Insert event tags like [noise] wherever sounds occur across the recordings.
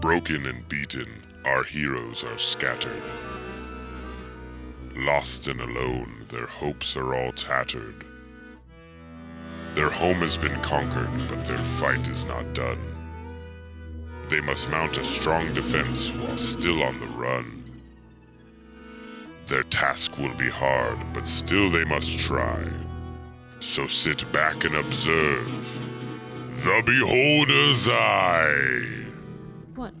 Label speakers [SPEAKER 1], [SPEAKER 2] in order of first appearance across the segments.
[SPEAKER 1] Broken and beaten, our heroes are scattered. Lost and alone, their hopes are all tattered. Their home has been conquered, but their fight is not done. They must mount a strong defense while still on the run. Their task will be hard, but still they must try. So sit back and observe. The Beholder's Eye!
[SPEAKER 2] One,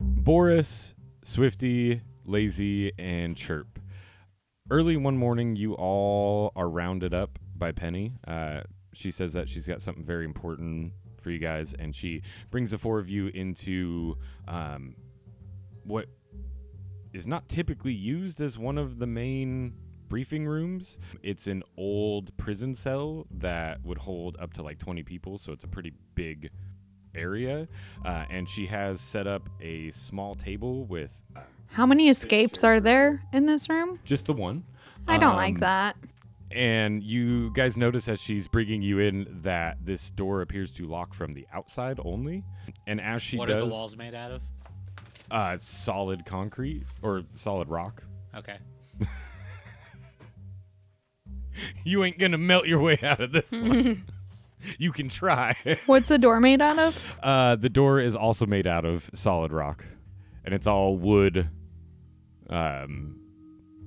[SPEAKER 3] Boris, Swifty, Lazy, and Chirp. Early one morning, you all are rounded up by Penny. Uh, she says that she's got something very important for you guys, and she brings the four of you into um, what is not typically used as one of the main briefing rooms. It's an old prison cell that would hold up to like 20 people, so it's a pretty big area. Uh, and she has set up a small table with uh,
[SPEAKER 4] How many escapes are there in this room?
[SPEAKER 3] just the one.
[SPEAKER 4] I don't
[SPEAKER 3] Um,
[SPEAKER 4] like that.
[SPEAKER 3] And you guys notice as she's bringing you in that this door appears to lock from the outside only. And as she
[SPEAKER 5] what are
[SPEAKER 3] does,
[SPEAKER 5] the walls made out of?
[SPEAKER 3] uh, solid concrete or solid rock. [laughs]
[SPEAKER 5] Okay.
[SPEAKER 3] You ain't gonna melt your way out of this one.
[SPEAKER 4] [laughs]
[SPEAKER 3] you can try.
[SPEAKER 4] What's the door made out of?
[SPEAKER 3] Uh, the door is also made out of solid rock, and it's all wood, um,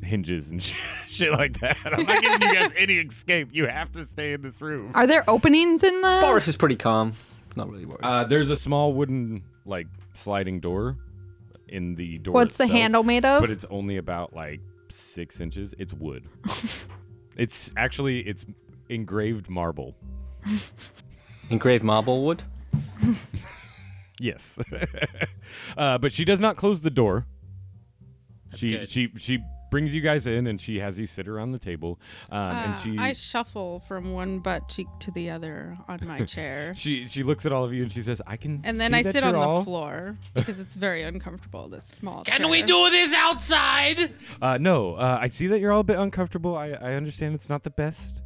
[SPEAKER 3] hinges and [laughs] shit, shit like that. [laughs] I'm not giving you guys any escape. You have to stay in this room.
[SPEAKER 4] Are there openings in the?
[SPEAKER 6] Boris is pretty calm. Not really worried.
[SPEAKER 3] Uh, there's a small wooden like sliding door in the door.
[SPEAKER 4] What's the
[SPEAKER 3] itself,
[SPEAKER 4] handle made of?
[SPEAKER 3] But it's only about like six inches.
[SPEAKER 4] [laughs]
[SPEAKER 3] It's wood. it's actually it's engraved marble.
[SPEAKER 6] [laughs] Engraved marble wood.
[SPEAKER 3] [laughs] Yes. [laughs] uh, but she does not close the door. she
[SPEAKER 5] good.
[SPEAKER 3] she she brings you guys in and she has you sit around the table, um,
[SPEAKER 4] Ah,
[SPEAKER 3] and
[SPEAKER 7] Uh,
[SPEAKER 3] she
[SPEAKER 7] I shuffle from one butt cheek to the other on
[SPEAKER 5] [laughs]
[SPEAKER 7] my chair.
[SPEAKER 3] [laughs] she she looks at all of you and she says, "I can."
[SPEAKER 7] And then
[SPEAKER 3] see
[SPEAKER 7] I
[SPEAKER 3] that
[SPEAKER 7] sit on
[SPEAKER 3] you're all-"
[SPEAKER 7] the floor because it's very uncomfortable, this small
[SPEAKER 5] Can
[SPEAKER 7] chair.
[SPEAKER 5] we do this outside?
[SPEAKER 3] Uh, no, uh, I see that you're all a bit uncomfortable. I I understand it's not the best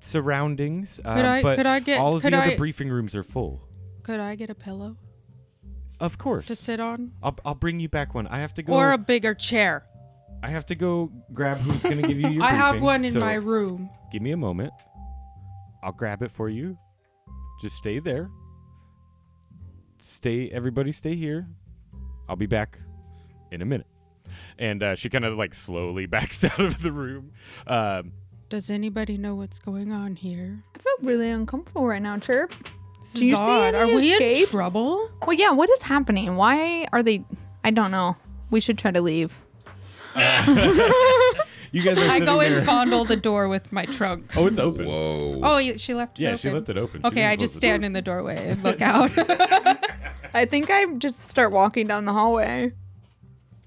[SPEAKER 3] surroundings. um,
[SPEAKER 7] I-
[SPEAKER 3] but
[SPEAKER 7] could I get-
[SPEAKER 3] all of
[SPEAKER 7] could
[SPEAKER 3] the other
[SPEAKER 7] I-
[SPEAKER 3] briefing rooms are full.
[SPEAKER 7] Could I get a pillow
[SPEAKER 3] Of course.
[SPEAKER 7] to sit on?
[SPEAKER 3] I'll, I'll bring you back one. I have to go.
[SPEAKER 7] Or a
[SPEAKER 3] I
[SPEAKER 7] bigger chair?
[SPEAKER 3] have to go grab who's
[SPEAKER 7] [laughs]
[SPEAKER 3] gonna give you your.
[SPEAKER 7] I have
[SPEAKER 3] briefing,
[SPEAKER 7] one in
[SPEAKER 3] so-
[SPEAKER 7] my room.
[SPEAKER 3] Give me a moment. I'll grab it for you. Just stay there. Stay, everybody, stay here. I'll be back in a minute. And uh, she kind of like slowly [laughs] backs out of the room. Um,
[SPEAKER 7] Does anybody know what's going on here?
[SPEAKER 4] I feel really uncomfortable right now, Chirp.
[SPEAKER 7] This
[SPEAKER 4] Do
[SPEAKER 7] is
[SPEAKER 4] you see
[SPEAKER 7] odd.
[SPEAKER 4] any
[SPEAKER 7] Are we in
[SPEAKER 4] escapes?
[SPEAKER 7] trouble?
[SPEAKER 4] Well, yeah. What is happening? Why are they? I don't know. We should try to leave.
[SPEAKER 3] you guys are
[SPEAKER 7] I
[SPEAKER 3] sitting
[SPEAKER 7] go
[SPEAKER 3] there.
[SPEAKER 7] and [laughs] fondle the door with my trunk.
[SPEAKER 3] oh, it's open.
[SPEAKER 8] Whoa.
[SPEAKER 7] Oh, y- she left it
[SPEAKER 3] Yeah,
[SPEAKER 7] open.
[SPEAKER 3] she left it open. She
[SPEAKER 7] Okay,
[SPEAKER 3] didn't
[SPEAKER 7] I
[SPEAKER 3] close
[SPEAKER 7] just
[SPEAKER 3] the door.
[SPEAKER 7] stand in the doorway and
[SPEAKER 3] [laughs]
[SPEAKER 7] look out.
[SPEAKER 4] I think I just start walking down the hallway.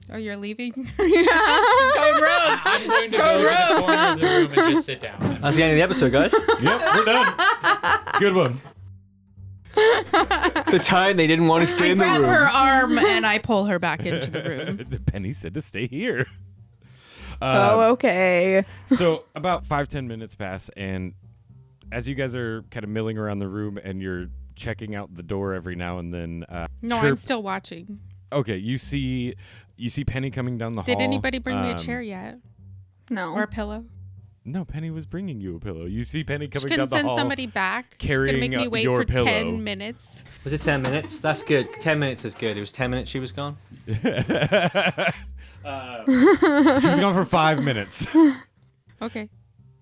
[SPEAKER 4] [laughs]
[SPEAKER 7] oh, you're leaving? [laughs]
[SPEAKER 5] I'm rogue. I'm going to go to the corner of the room and just sit down.
[SPEAKER 6] That's the end of the episode, guys.
[SPEAKER 5] [laughs]
[SPEAKER 3] Yep, we're done. Good one.
[SPEAKER 6] the time they didn't want to stay
[SPEAKER 7] [laughs] [laughs] I
[SPEAKER 6] in the
[SPEAKER 7] grab
[SPEAKER 6] room.
[SPEAKER 7] her arm and I pull her back into
[SPEAKER 5] [laughs]
[SPEAKER 7] the
[SPEAKER 3] [laughs]
[SPEAKER 7] room.
[SPEAKER 3] The penny said to stay here. Um,
[SPEAKER 4] oh, okay. [laughs]
[SPEAKER 3] so about five ten minutes pass and as you guys are kind of milling around the room and you're checking out the door every now and then uh,
[SPEAKER 7] No, I'm
[SPEAKER 3] Chirp-
[SPEAKER 7] still watching.
[SPEAKER 3] okay you see you see penny coming down the
[SPEAKER 7] Did
[SPEAKER 3] hall
[SPEAKER 7] anybody bring me a
[SPEAKER 3] Um,
[SPEAKER 7] chair yet?
[SPEAKER 4] No.
[SPEAKER 7] Or a pillow?
[SPEAKER 3] no penny was bringing you a pillow you see penny
[SPEAKER 7] She
[SPEAKER 3] coming down
[SPEAKER 7] couldn't
[SPEAKER 3] the
[SPEAKER 7] send
[SPEAKER 3] hall
[SPEAKER 7] somebody back. She's gonna make
[SPEAKER 3] carrying
[SPEAKER 7] me
[SPEAKER 3] up
[SPEAKER 7] wait
[SPEAKER 3] your
[SPEAKER 7] for
[SPEAKER 3] pillow.
[SPEAKER 7] ten minutes.
[SPEAKER 6] Was it 10 minutes? That's good. 10 minutes is good. It was 10 minutes she was
[SPEAKER 5] [laughs]
[SPEAKER 6] gone.
[SPEAKER 3] uh, she was gone for five minutes
[SPEAKER 7] [laughs] Okay.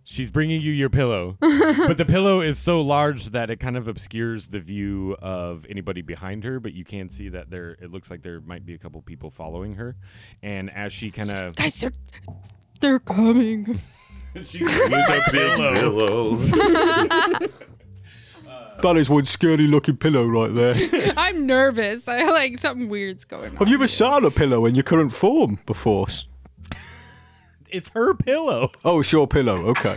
[SPEAKER 3] She's bringing you
[SPEAKER 7] [laughs]
[SPEAKER 3] your pillow. but the pillow is so large that it kind of obscures the view of anybody behind her, but you can see that there it looks like there might be a couple people following her. And as she kind of
[SPEAKER 7] Guys, they're, they're coming.
[SPEAKER 3] [laughs] she's with the pillow.
[SPEAKER 8] That is one scary looking pillow right
[SPEAKER 3] [laughs]
[SPEAKER 8] there. Have
[SPEAKER 7] [laughs] I'm nervous. I like something weird's going on.
[SPEAKER 8] you ever sat on a pillow in your current form before? S-
[SPEAKER 3] It's her pillow.
[SPEAKER 8] Oh, it's your pillow. Okay.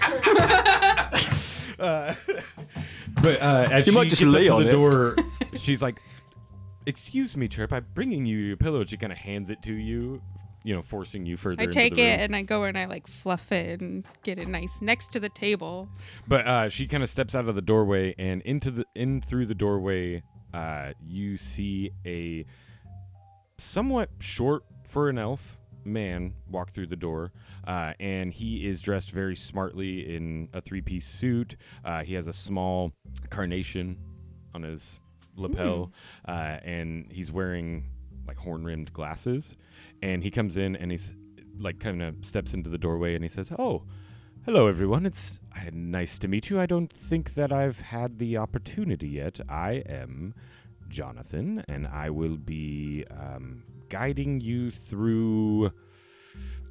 [SPEAKER 3] Uh, [laughs] But uh, as
[SPEAKER 8] You
[SPEAKER 3] she
[SPEAKER 8] might just
[SPEAKER 3] gets
[SPEAKER 8] lay
[SPEAKER 3] up to
[SPEAKER 8] on
[SPEAKER 3] the
[SPEAKER 8] it. [laughs]
[SPEAKER 3] door, she's like, "Excuse me, Trip. I'm bringing you your pillow." She kind of hands it to you, you know, forcing you further.
[SPEAKER 7] I
[SPEAKER 3] into
[SPEAKER 7] take
[SPEAKER 3] the room.
[SPEAKER 7] it and I go and I like fluff it and get it nice next to the table.
[SPEAKER 3] But uh, she kind of steps out of the doorway and into the in through the doorway. Uh, you see a somewhat short for an elf man walk through the door, uh, and he is dressed very smartly in a three piece suit. Uh, he has a small carnation on his lapel, uh, and he's wearing like horn rimmed glasses. And he comes in and he's like kind of steps into the doorway and he says, "Oh." Hello, everyone. It's uh, nice to meet you. I don't think that I've had the opportunity yet. I am Jonathan, and I will be um, guiding you through.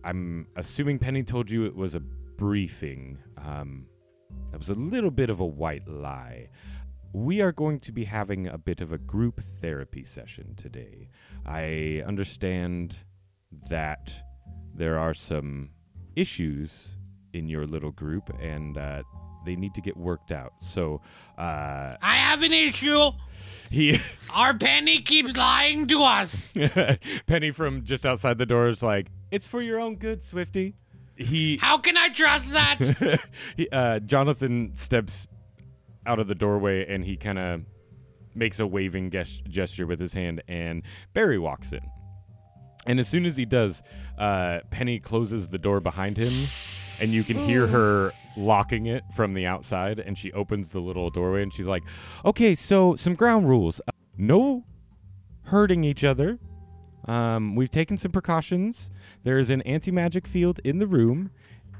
[SPEAKER 3] I'm assuming Penny told you it was a briefing. Um, that was a little bit of a white lie. We are going to be having a bit of a group therapy session today. I understand that there are some issues in your little group, and uh, they need to get worked out. So uh,
[SPEAKER 5] I have an issue.
[SPEAKER 3] he. [laughs]
[SPEAKER 5] Our penny keeps lying to us.
[SPEAKER 3] Penny from just outside the door is like, "It's for your own good, Swifty." He,
[SPEAKER 5] How can I trust
[SPEAKER 3] [laughs]
[SPEAKER 5] that?
[SPEAKER 3] he uh, Jonathan steps out of the doorway and he kind of makes a waving ges- gesture with his hand, and Barry walks in. And as soon as he does, uh, Penny closes the door behind him, and you can hear her locking it from the outside. And she opens the little doorway, and she's like, "Okay, so some ground rules: Uh, no hurting each other. Um, we've taken some precautions. There is an anti-magic field in the room,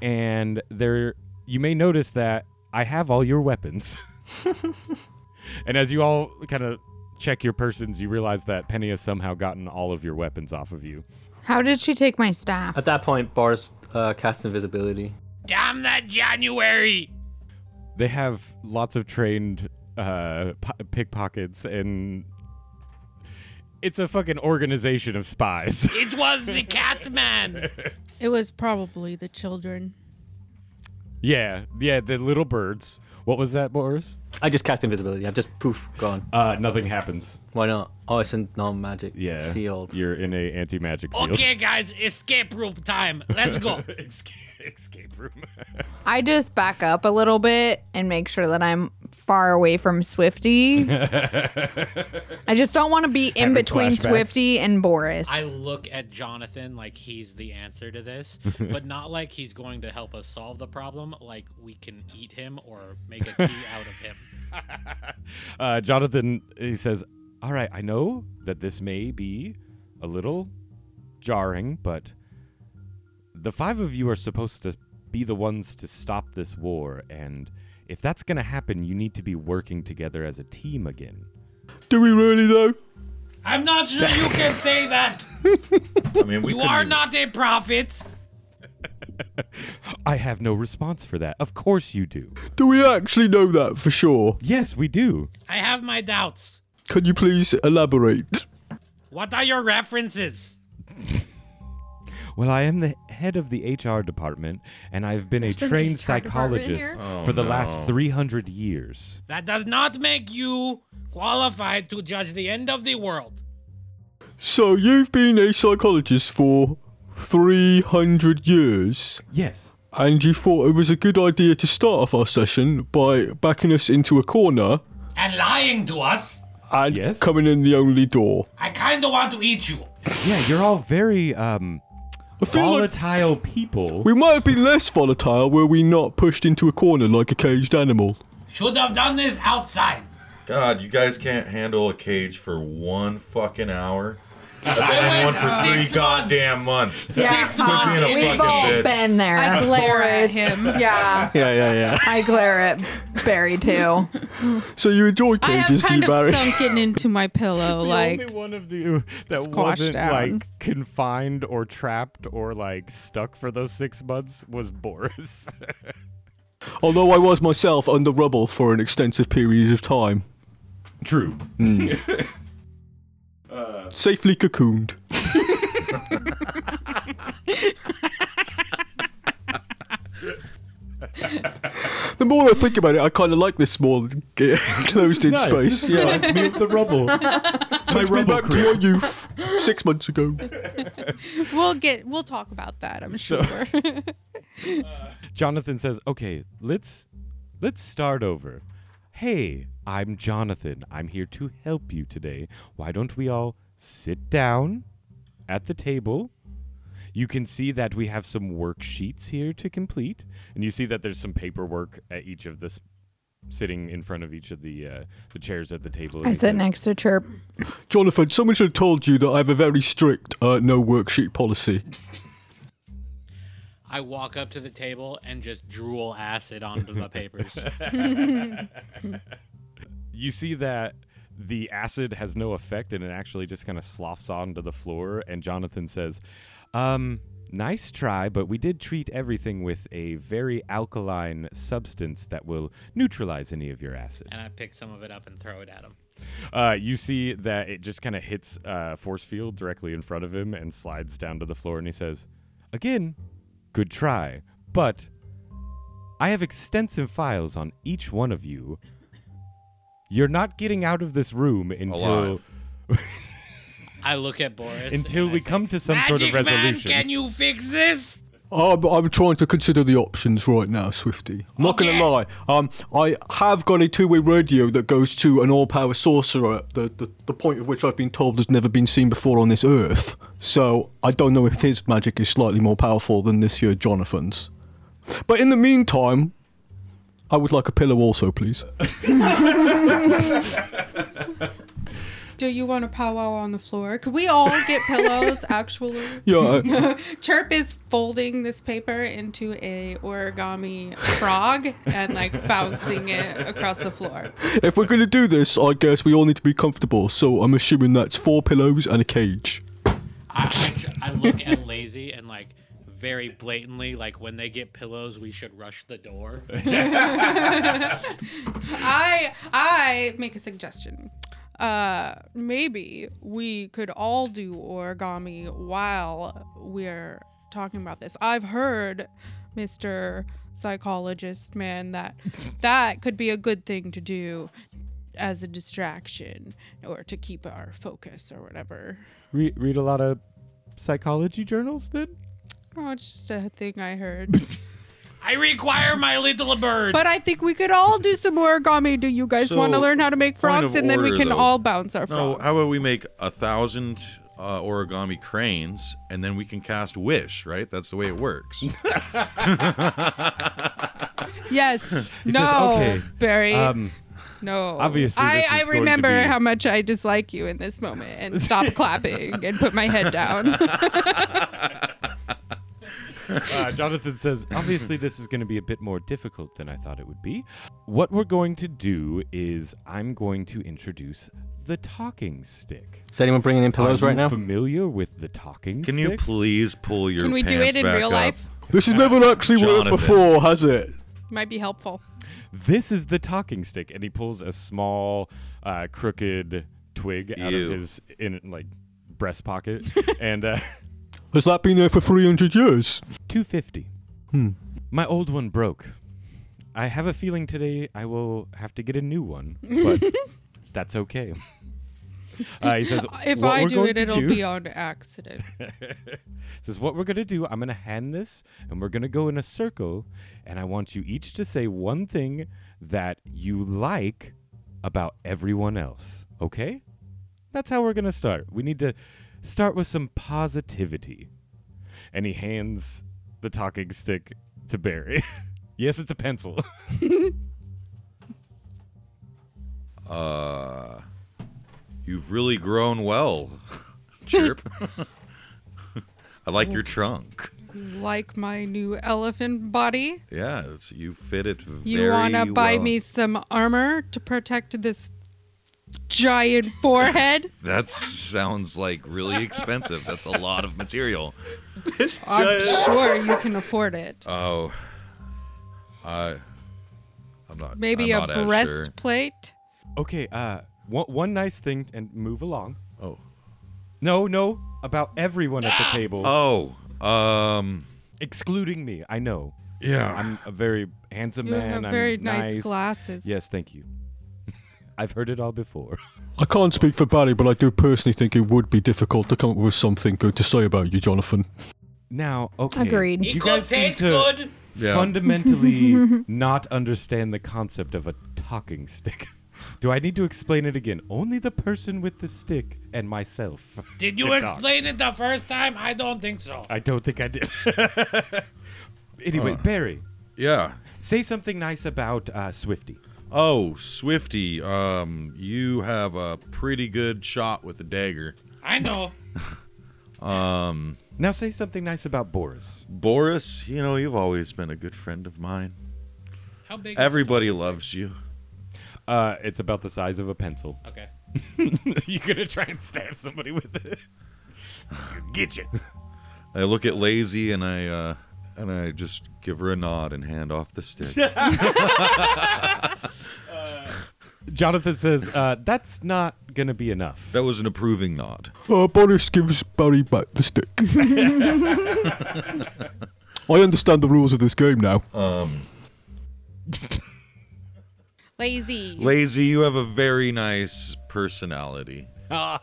[SPEAKER 3] and there you may notice that I have all your weapons. [laughs] and as you all kind of check your persons, you realize that Penny has somehow gotten all of your weapons off of you.
[SPEAKER 4] How did she take my staff?
[SPEAKER 6] At that point, Boris uh, casts invisibility.
[SPEAKER 5] Damn that January.
[SPEAKER 3] They have lots of trained uh, po- pickpockets, and it's a fucking organization of spies. [laughs]
[SPEAKER 5] It was the cat man.
[SPEAKER 7] It was probably the children.
[SPEAKER 3] yeah, yeah, the little birds. What was that, Boris?
[SPEAKER 6] I just cast invisibility. I've just poof gone.
[SPEAKER 3] Uh, nothing happens.
[SPEAKER 6] Why not? Oh, it's a non-magic
[SPEAKER 3] Yeah.
[SPEAKER 6] field.
[SPEAKER 3] You're in a anti-magic field.
[SPEAKER 5] Okay, guys, escape room time. Let's
[SPEAKER 3] [laughs]
[SPEAKER 5] go.
[SPEAKER 3] Escape room.
[SPEAKER 4] I just back up a little bit and make sure that I'm far away from Swifty. I just don't want to be in
[SPEAKER 3] Having
[SPEAKER 4] between
[SPEAKER 3] flashbacks.
[SPEAKER 4] Swifty and Boris.
[SPEAKER 5] [laughs] I look at Jonathan like he's the answer to
[SPEAKER 3] [laughs]
[SPEAKER 5] this, but not like he's going to help us solve the problem. Like we can eat him or make a tea out of him.
[SPEAKER 3] [laughs] uh, Jonathan, he says, "All right, I know that this may be a little jarring, but the five of you are supposed to be the ones to stop this war, and if that's going to happen, you need to be working together as a team again."
[SPEAKER 8] Do we really though?
[SPEAKER 5] [laughs]
[SPEAKER 8] [laughs]
[SPEAKER 5] I'm not sure you can say that.
[SPEAKER 9] I mean, we
[SPEAKER 5] You
[SPEAKER 9] couldn't
[SPEAKER 5] are
[SPEAKER 9] even-
[SPEAKER 5] not a prophet.
[SPEAKER 3] I have no response for that. Of course you do.
[SPEAKER 8] Do we actually know that for sure?
[SPEAKER 3] Yes, we do.
[SPEAKER 5] I have my doubts.
[SPEAKER 8] Can you please elaborate?
[SPEAKER 5] What are your references?
[SPEAKER 3] [laughs] Well, I am the head of the HR department, and I've been
[SPEAKER 4] There's
[SPEAKER 3] a
[SPEAKER 4] an
[SPEAKER 3] trained
[SPEAKER 4] HR department here?
[SPEAKER 3] psychologist for the last 300 years.
[SPEAKER 5] That does not make you qualified to judge the end of the world.
[SPEAKER 8] So you've been a psychologist for 300 years,
[SPEAKER 3] Yes.
[SPEAKER 8] and you thought it was a good idea to start off our session by backing us into a corner
[SPEAKER 5] And lying to us.
[SPEAKER 8] and
[SPEAKER 3] Yes?
[SPEAKER 8] coming in the only door.
[SPEAKER 5] I kind of want to eat you.
[SPEAKER 3] Yeah, you're all very um,
[SPEAKER 8] I feel like
[SPEAKER 3] volatile people.
[SPEAKER 8] we might have been less volatile were we not pushed into a corner like a caged animal.
[SPEAKER 5] Should have done this outside.
[SPEAKER 9] God, you guys can't handle a cage for one fucking hour. I've been one for three goddamn months.
[SPEAKER 4] Yeah,
[SPEAKER 9] Quit being a
[SPEAKER 4] we've
[SPEAKER 9] fucking
[SPEAKER 4] all
[SPEAKER 9] bitch.
[SPEAKER 4] been there.
[SPEAKER 7] I glare at
[SPEAKER 4] Boris.
[SPEAKER 7] him.
[SPEAKER 4] [laughs] Yeah,
[SPEAKER 8] Yeah, yeah, yeah.
[SPEAKER 4] I glare at
[SPEAKER 7] [laughs]
[SPEAKER 4] Barry too.
[SPEAKER 8] So you enjoy
[SPEAKER 7] I have
[SPEAKER 8] cages, do
[SPEAKER 7] kind
[SPEAKER 8] you,
[SPEAKER 7] of
[SPEAKER 8] Barry?
[SPEAKER 7] sunken into my pillow,
[SPEAKER 3] [laughs]
[SPEAKER 7] like
[SPEAKER 3] only one of you that
[SPEAKER 7] squashed
[SPEAKER 3] wasn't
[SPEAKER 7] down.
[SPEAKER 3] like confined or trapped or like stuck for those six months was Boris. [laughs]
[SPEAKER 8] Although I was myself under rubble for an extensive period of time. Hmm.
[SPEAKER 3] True. [laughs]
[SPEAKER 8] Safely
[SPEAKER 3] [laughs]
[SPEAKER 8] cocooned. the more I think about it, I kind of like this small, [laughs] closed in space. Yeah,
[SPEAKER 3] Reminds me of
[SPEAKER 8] [laughs]
[SPEAKER 3] the
[SPEAKER 4] [laughs]
[SPEAKER 3] rubble. My
[SPEAKER 8] Takes me
[SPEAKER 3] rubble
[SPEAKER 8] back to
[SPEAKER 3] crew.
[SPEAKER 8] your youth six months ago.
[SPEAKER 7] [laughs] we'll get we'll talk about that. I'm
[SPEAKER 3] So-
[SPEAKER 8] [laughs]
[SPEAKER 7] sure.
[SPEAKER 3] Jonathan says, "Okay, let's let's start over. Hey, I'm Jonathan. I'm here to help you today. Why don't we all sit down at the table? You can see that we have some worksheets here to complete, and you see that there's some paperwork at each of this sitting in front of each of the uh, the chairs at the table.
[SPEAKER 4] I
[SPEAKER 3] He
[SPEAKER 4] sit
[SPEAKER 3] says,
[SPEAKER 4] next to Chirp.
[SPEAKER 8] Jonathan, someone should have told you that I have a very strict uh, no worksheet policy.
[SPEAKER 5] I walk up to the table and just drool acid onto the
[SPEAKER 3] [laughs]
[SPEAKER 5] papers.
[SPEAKER 3] you see that the acid has no effect and it actually just kind of sloughs onto the floor and jonathan says um nice try but we did treat everything with a very alkaline substance that will neutralize any of your acid
[SPEAKER 5] and I pick some of it up and throw it at him.
[SPEAKER 3] uh, you see that it just kind of hits uh, force field directly in front of him and slides down to the floor and he says again good try but i have extensive files on each one of you you're not getting out of this room until
[SPEAKER 9] Alive.
[SPEAKER 5] I look at Boris
[SPEAKER 3] until
[SPEAKER 5] and
[SPEAKER 3] we
[SPEAKER 5] I say,
[SPEAKER 3] come to some sort of
[SPEAKER 5] "Magic man,
[SPEAKER 3] resolution.
[SPEAKER 5] can you fix this?
[SPEAKER 8] I'm, I'm trying to consider the options right now, Swifty. I'm not going to lie. Um, I have got a two-way radio that goes to an all-power sorcerer, the, the the point of which I've been told has never been seen before on this earth. So I don't know if his magic is slightly more powerful than this here Jonathan's. But in the meantime, I would like a pillow also, please.
[SPEAKER 7] Do you want a powwow on the floor? Could we all get
[SPEAKER 8] [laughs]
[SPEAKER 7] pillows? Actually,
[SPEAKER 8] Yeah, uh,
[SPEAKER 7] [laughs] Chirp is folding this paper into a origami frog and like bouncing it across the floor.
[SPEAKER 8] if we're going to do this, I guess we all need to be comfortable. So I'm assuming that's four pillows and a cage.
[SPEAKER 3] [laughs]
[SPEAKER 5] I, I, tr- I look at Lazy and like very blatantly, like when they get pillows, we should rush the
[SPEAKER 3] [laughs]
[SPEAKER 5] door.
[SPEAKER 7] I I make a suggestion. Uh, maybe we could all do origami while we're talking about this. I've heard, Mister Psychologist Man, that that could be a good thing to do as a distraction or to keep our focus or whatever.
[SPEAKER 3] Re- read a lot of psychology journals, then?
[SPEAKER 7] Oh, it's just a thing I heard.
[SPEAKER 5] I require my little bird.
[SPEAKER 7] But I think we could all do some origami. Do you guys
[SPEAKER 9] So,
[SPEAKER 7] want to learn how to make
[SPEAKER 9] point
[SPEAKER 7] frogs,
[SPEAKER 9] of
[SPEAKER 7] and then we
[SPEAKER 9] order,
[SPEAKER 7] can
[SPEAKER 9] though.
[SPEAKER 7] all bounce our
[SPEAKER 9] No,
[SPEAKER 7] frogs?
[SPEAKER 9] how about we make a thousand uh, origami cranes and then we can cast wish, right? That's the way it
[SPEAKER 7] [laughs]
[SPEAKER 9] works.
[SPEAKER 3] [laughs]
[SPEAKER 7] Yes. no.
[SPEAKER 3] "Okay,
[SPEAKER 7] Barry.
[SPEAKER 3] Um,
[SPEAKER 7] no.
[SPEAKER 3] obviously
[SPEAKER 7] I,
[SPEAKER 3] this is
[SPEAKER 7] I
[SPEAKER 3] going to
[SPEAKER 7] remember
[SPEAKER 3] be-
[SPEAKER 7] how much I dislike you in this moment and
[SPEAKER 3] [laughs]
[SPEAKER 7] stop clapping and put my head down. [laughs]
[SPEAKER 3] uh, Jonathan says, obviously, this is going to be a bit more difficult than I thought it would be. What we're going to do is I'm going to introduce the talking stick.
[SPEAKER 6] Is anyone bringing in pillows
[SPEAKER 3] Are
[SPEAKER 6] right
[SPEAKER 3] you
[SPEAKER 6] now?
[SPEAKER 3] familiar with the talking
[SPEAKER 9] Can
[SPEAKER 3] stick?
[SPEAKER 9] you please pull your
[SPEAKER 7] Can we do
[SPEAKER 9] pants
[SPEAKER 7] it in
[SPEAKER 9] back
[SPEAKER 7] real
[SPEAKER 9] up?
[SPEAKER 7] life?
[SPEAKER 8] This has never actually worked
[SPEAKER 9] Jonathan.
[SPEAKER 8] before, has it?
[SPEAKER 7] Might be helpful.
[SPEAKER 3] this is the talking stick and he pulls a small uh, crooked twig out of
[SPEAKER 9] Ew.
[SPEAKER 3] his in like breast
[SPEAKER 7] [laughs]
[SPEAKER 3] pocket and uh,
[SPEAKER 8] Has that been there for 300 years?
[SPEAKER 3] 250 hmm. my old one broke i have a feeling today i will have to get a new one but that's okay [laughs] uh, he says
[SPEAKER 7] If
[SPEAKER 3] "What
[SPEAKER 7] I
[SPEAKER 3] we're
[SPEAKER 7] do
[SPEAKER 3] going
[SPEAKER 7] it,
[SPEAKER 3] to
[SPEAKER 7] it'll
[SPEAKER 3] do-
[SPEAKER 7] be on accident.
[SPEAKER 3] says what we're going to do i'm going to hand this and we're going to go in a circle and i want you each to say one thing that you like about everyone else okay that's how we're going to start we need to start with some positivity and he hands the talking stick to barry [laughs] yes it's a pencil
[SPEAKER 7] [laughs]
[SPEAKER 9] Uh, you've really grown well. Chirp. [laughs] I like your trunk.
[SPEAKER 7] Like my new elephant body.
[SPEAKER 9] Yeah, it's, you fit it very
[SPEAKER 7] You wanna buy
[SPEAKER 9] well.
[SPEAKER 7] me some armor to protect this giant
[SPEAKER 3] [laughs]
[SPEAKER 7] forehead?
[SPEAKER 9] That sounds like really expensive. That's a lot of material.
[SPEAKER 7] I'm sure you can afford it.
[SPEAKER 9] Oh, uh, I, I'm not.
[SPEAKER 7] Maybe
[SPEAKER 9] I'm
[SPEAKER 7] a
[SPEAKER 9] not as sure.
[SPEAKER 7] breastplate.
[SPEAKER 3] Okay, uh, one, one nice thing, and move along.
[SPEAKER 9] Oh.
[SPEAKER 3] No, no, about everyone at
[SPEAKER 9] [gasps]
[SPEAKER 3] the table,
[SPEAKER 9] Oh, um,
[SPEAKER 3] excluding me. I know.
[SPEAKER 9] yeah.
[SPEAKER 3] I'm a very handsome
[SPEAKER 7] You
[SPEAKER 3] man.
[SPEAKER 7] have
[SPEAKER 3] I'm
[SPEAKER 7] very nice,
[SPEAKER 3] nice
[SPEAKER 7] glasses.
[SPEAKER 3] Yes, thank you. [laughs] I've heard it all before.
[SPEAKER 8] I can't speak for Barry, but I do personally think it would be difficult to come up with something good to say about you, Jonathan.
[SPEAKER 3] Now, okay.
[SPEAKER 4] Agreed.
[SPEAKER 3] You guys seem to [laughs]
[SPEAKER 9] Yeah.
[SPEAKER 3] fundamentally not understand the concept of a talking stick. [laughs] Do I need to explain it again? Only the person with the stick and myself.
[SPEAKER 5] [laughs] Did you
[SPEAKER 3] can talk.
[SPEAKER 5] explain it the first time? I don't think so.
[SPEAKER 3] I don't think I did. [laughs] anyway, Barry,
[SPEAKER 9] yeah.
[SPEAKER 3] say something nice about uh, Swifty.
[SPEAKER 9] Oh, Swifty, um, you have a pretty good shot with the dagger. Um,
[SPEAKER 5] I
[SPEAKER 7] [laughs]
[SPEAKER 5] know.
[SPEAKER 3] Now say something nice about Boris.
[SPEAKER 9] Boris, you know, you've always been a good friend of mine.
[SPEAKER 5] How big? is it?
[SPEAKER 9] Everybody loves you.
[SPEAKER 3] Uh, it's about the size of a pencil. [laughs]
[SPEAKER 5] Okay.
[SPEAKER 3] You're gonna try and stab somebody with it. Get you.
[SPEAKER 9] I look at Lazy and I uh, and I just give her a nod and hand off the
[SPEAKER 3] [laughs]
[SPEAKER 9] stick.
[SPEAKER 3] Uh, Jonathan says, uh, "That's not gonna be enough."
[SPEAKER 9] that was an approving nod.
[SPEAKER 8] Uh, Boris gives Barry back the stick.
[SPEAKER 1] [laughs]
[SPEAKER 8] I understand the rules of this game now.
[SPEAKER 7] [laughs] Lazy.
[SPEAKER 9] Lazy, you have a very nice personality. and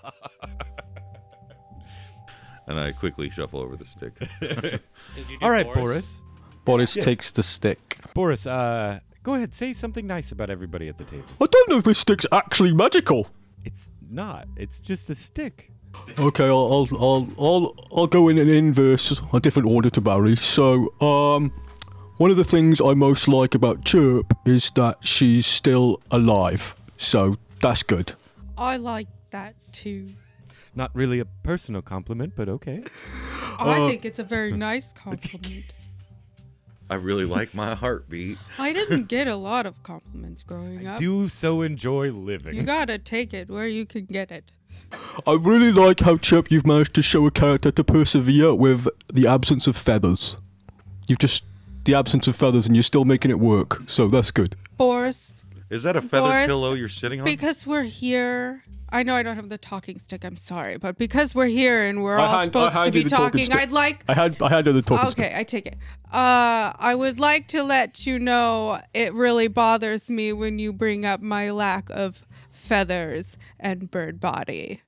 [SPEAKER 9] I quickly shuffle over the
[SPEAKER 3] [laughs]
[SPEAKER 9] stick.
[SPEAKER 5] Did you do
[SPEAKER 3] All right,
[SPEAKER 5] Boris?
[SPEAKER 3] Boris.
[SPEAKER 6] Boris takes the stick.
[SPEAKER 3] [laughs] Boris, uh, go ahead. Say something nice about everybody at the table.
[SPEAKER 8] I don't know if this stick's actually magical.
[SPEAKER 3] It's not. It's just a stick.
[SPEAKER 8] Okay, I'll I'll I'll I'll, I'll go in an inverse, a different order to Barry. So, um, one of the things I most like about Chirp is that she's still alive. So that's good.
[SPEAKER 7] I like that too.
[SPEAKER 3] Not really a personal compliment, but
[SPEAKER 8] [laughs]
[SPEAKER 3] okay.
[SPEAKER 7] Oh,
[SPEAKER 8] Oh.
[SPEAKER 3] Hmm.
[SPEAKER 7] I think it's a very nice compliment.
[SPEAKER 9] I really like my heartbeat.
[SPEAKER 7] I didn't get a lot of compliments growing up.
[SPEAKER 3] Do so enjoy
[SPEAKER 7] You
[SPEAKER 3] living.
[SPEAKER 7] gotta take it where you can get it.
[SPEAKER 8] I really like how Chirp you've managed to show a character to persevere with the absence of feathers. You've just the absence of feathers, and you're still making it work. So that's good.
[SPEAKER 7] Boris,
[SPEAKER 9] Is that a feather
[SPEAKER 7] Boris,
[SPEAKER 9] pillow you're sitting on?
[SPEAKER 7] because we're here. I know I don't have the talking stick. I'm sorry, but because we're here and we're
[SPEAKER 8] I
[SPEAKER 7] all
[SPEAKER 8] hand- I
[SPEAKER 7] supposed to
[SPEAKER 8] hand
[SPEAKER 7] be
[SPEAKER 8] you the talking
[SPEAKER 7] talking,
[SPEAKER 8] stick.
[SPEAKER 7] I'd like.
[SPEAKER 8] I had I had other talking.
[SPEAKER 7] Okay, I take it. Uh, I would like to let you know it really bothers me when you bring up my lack of feathers and bird body.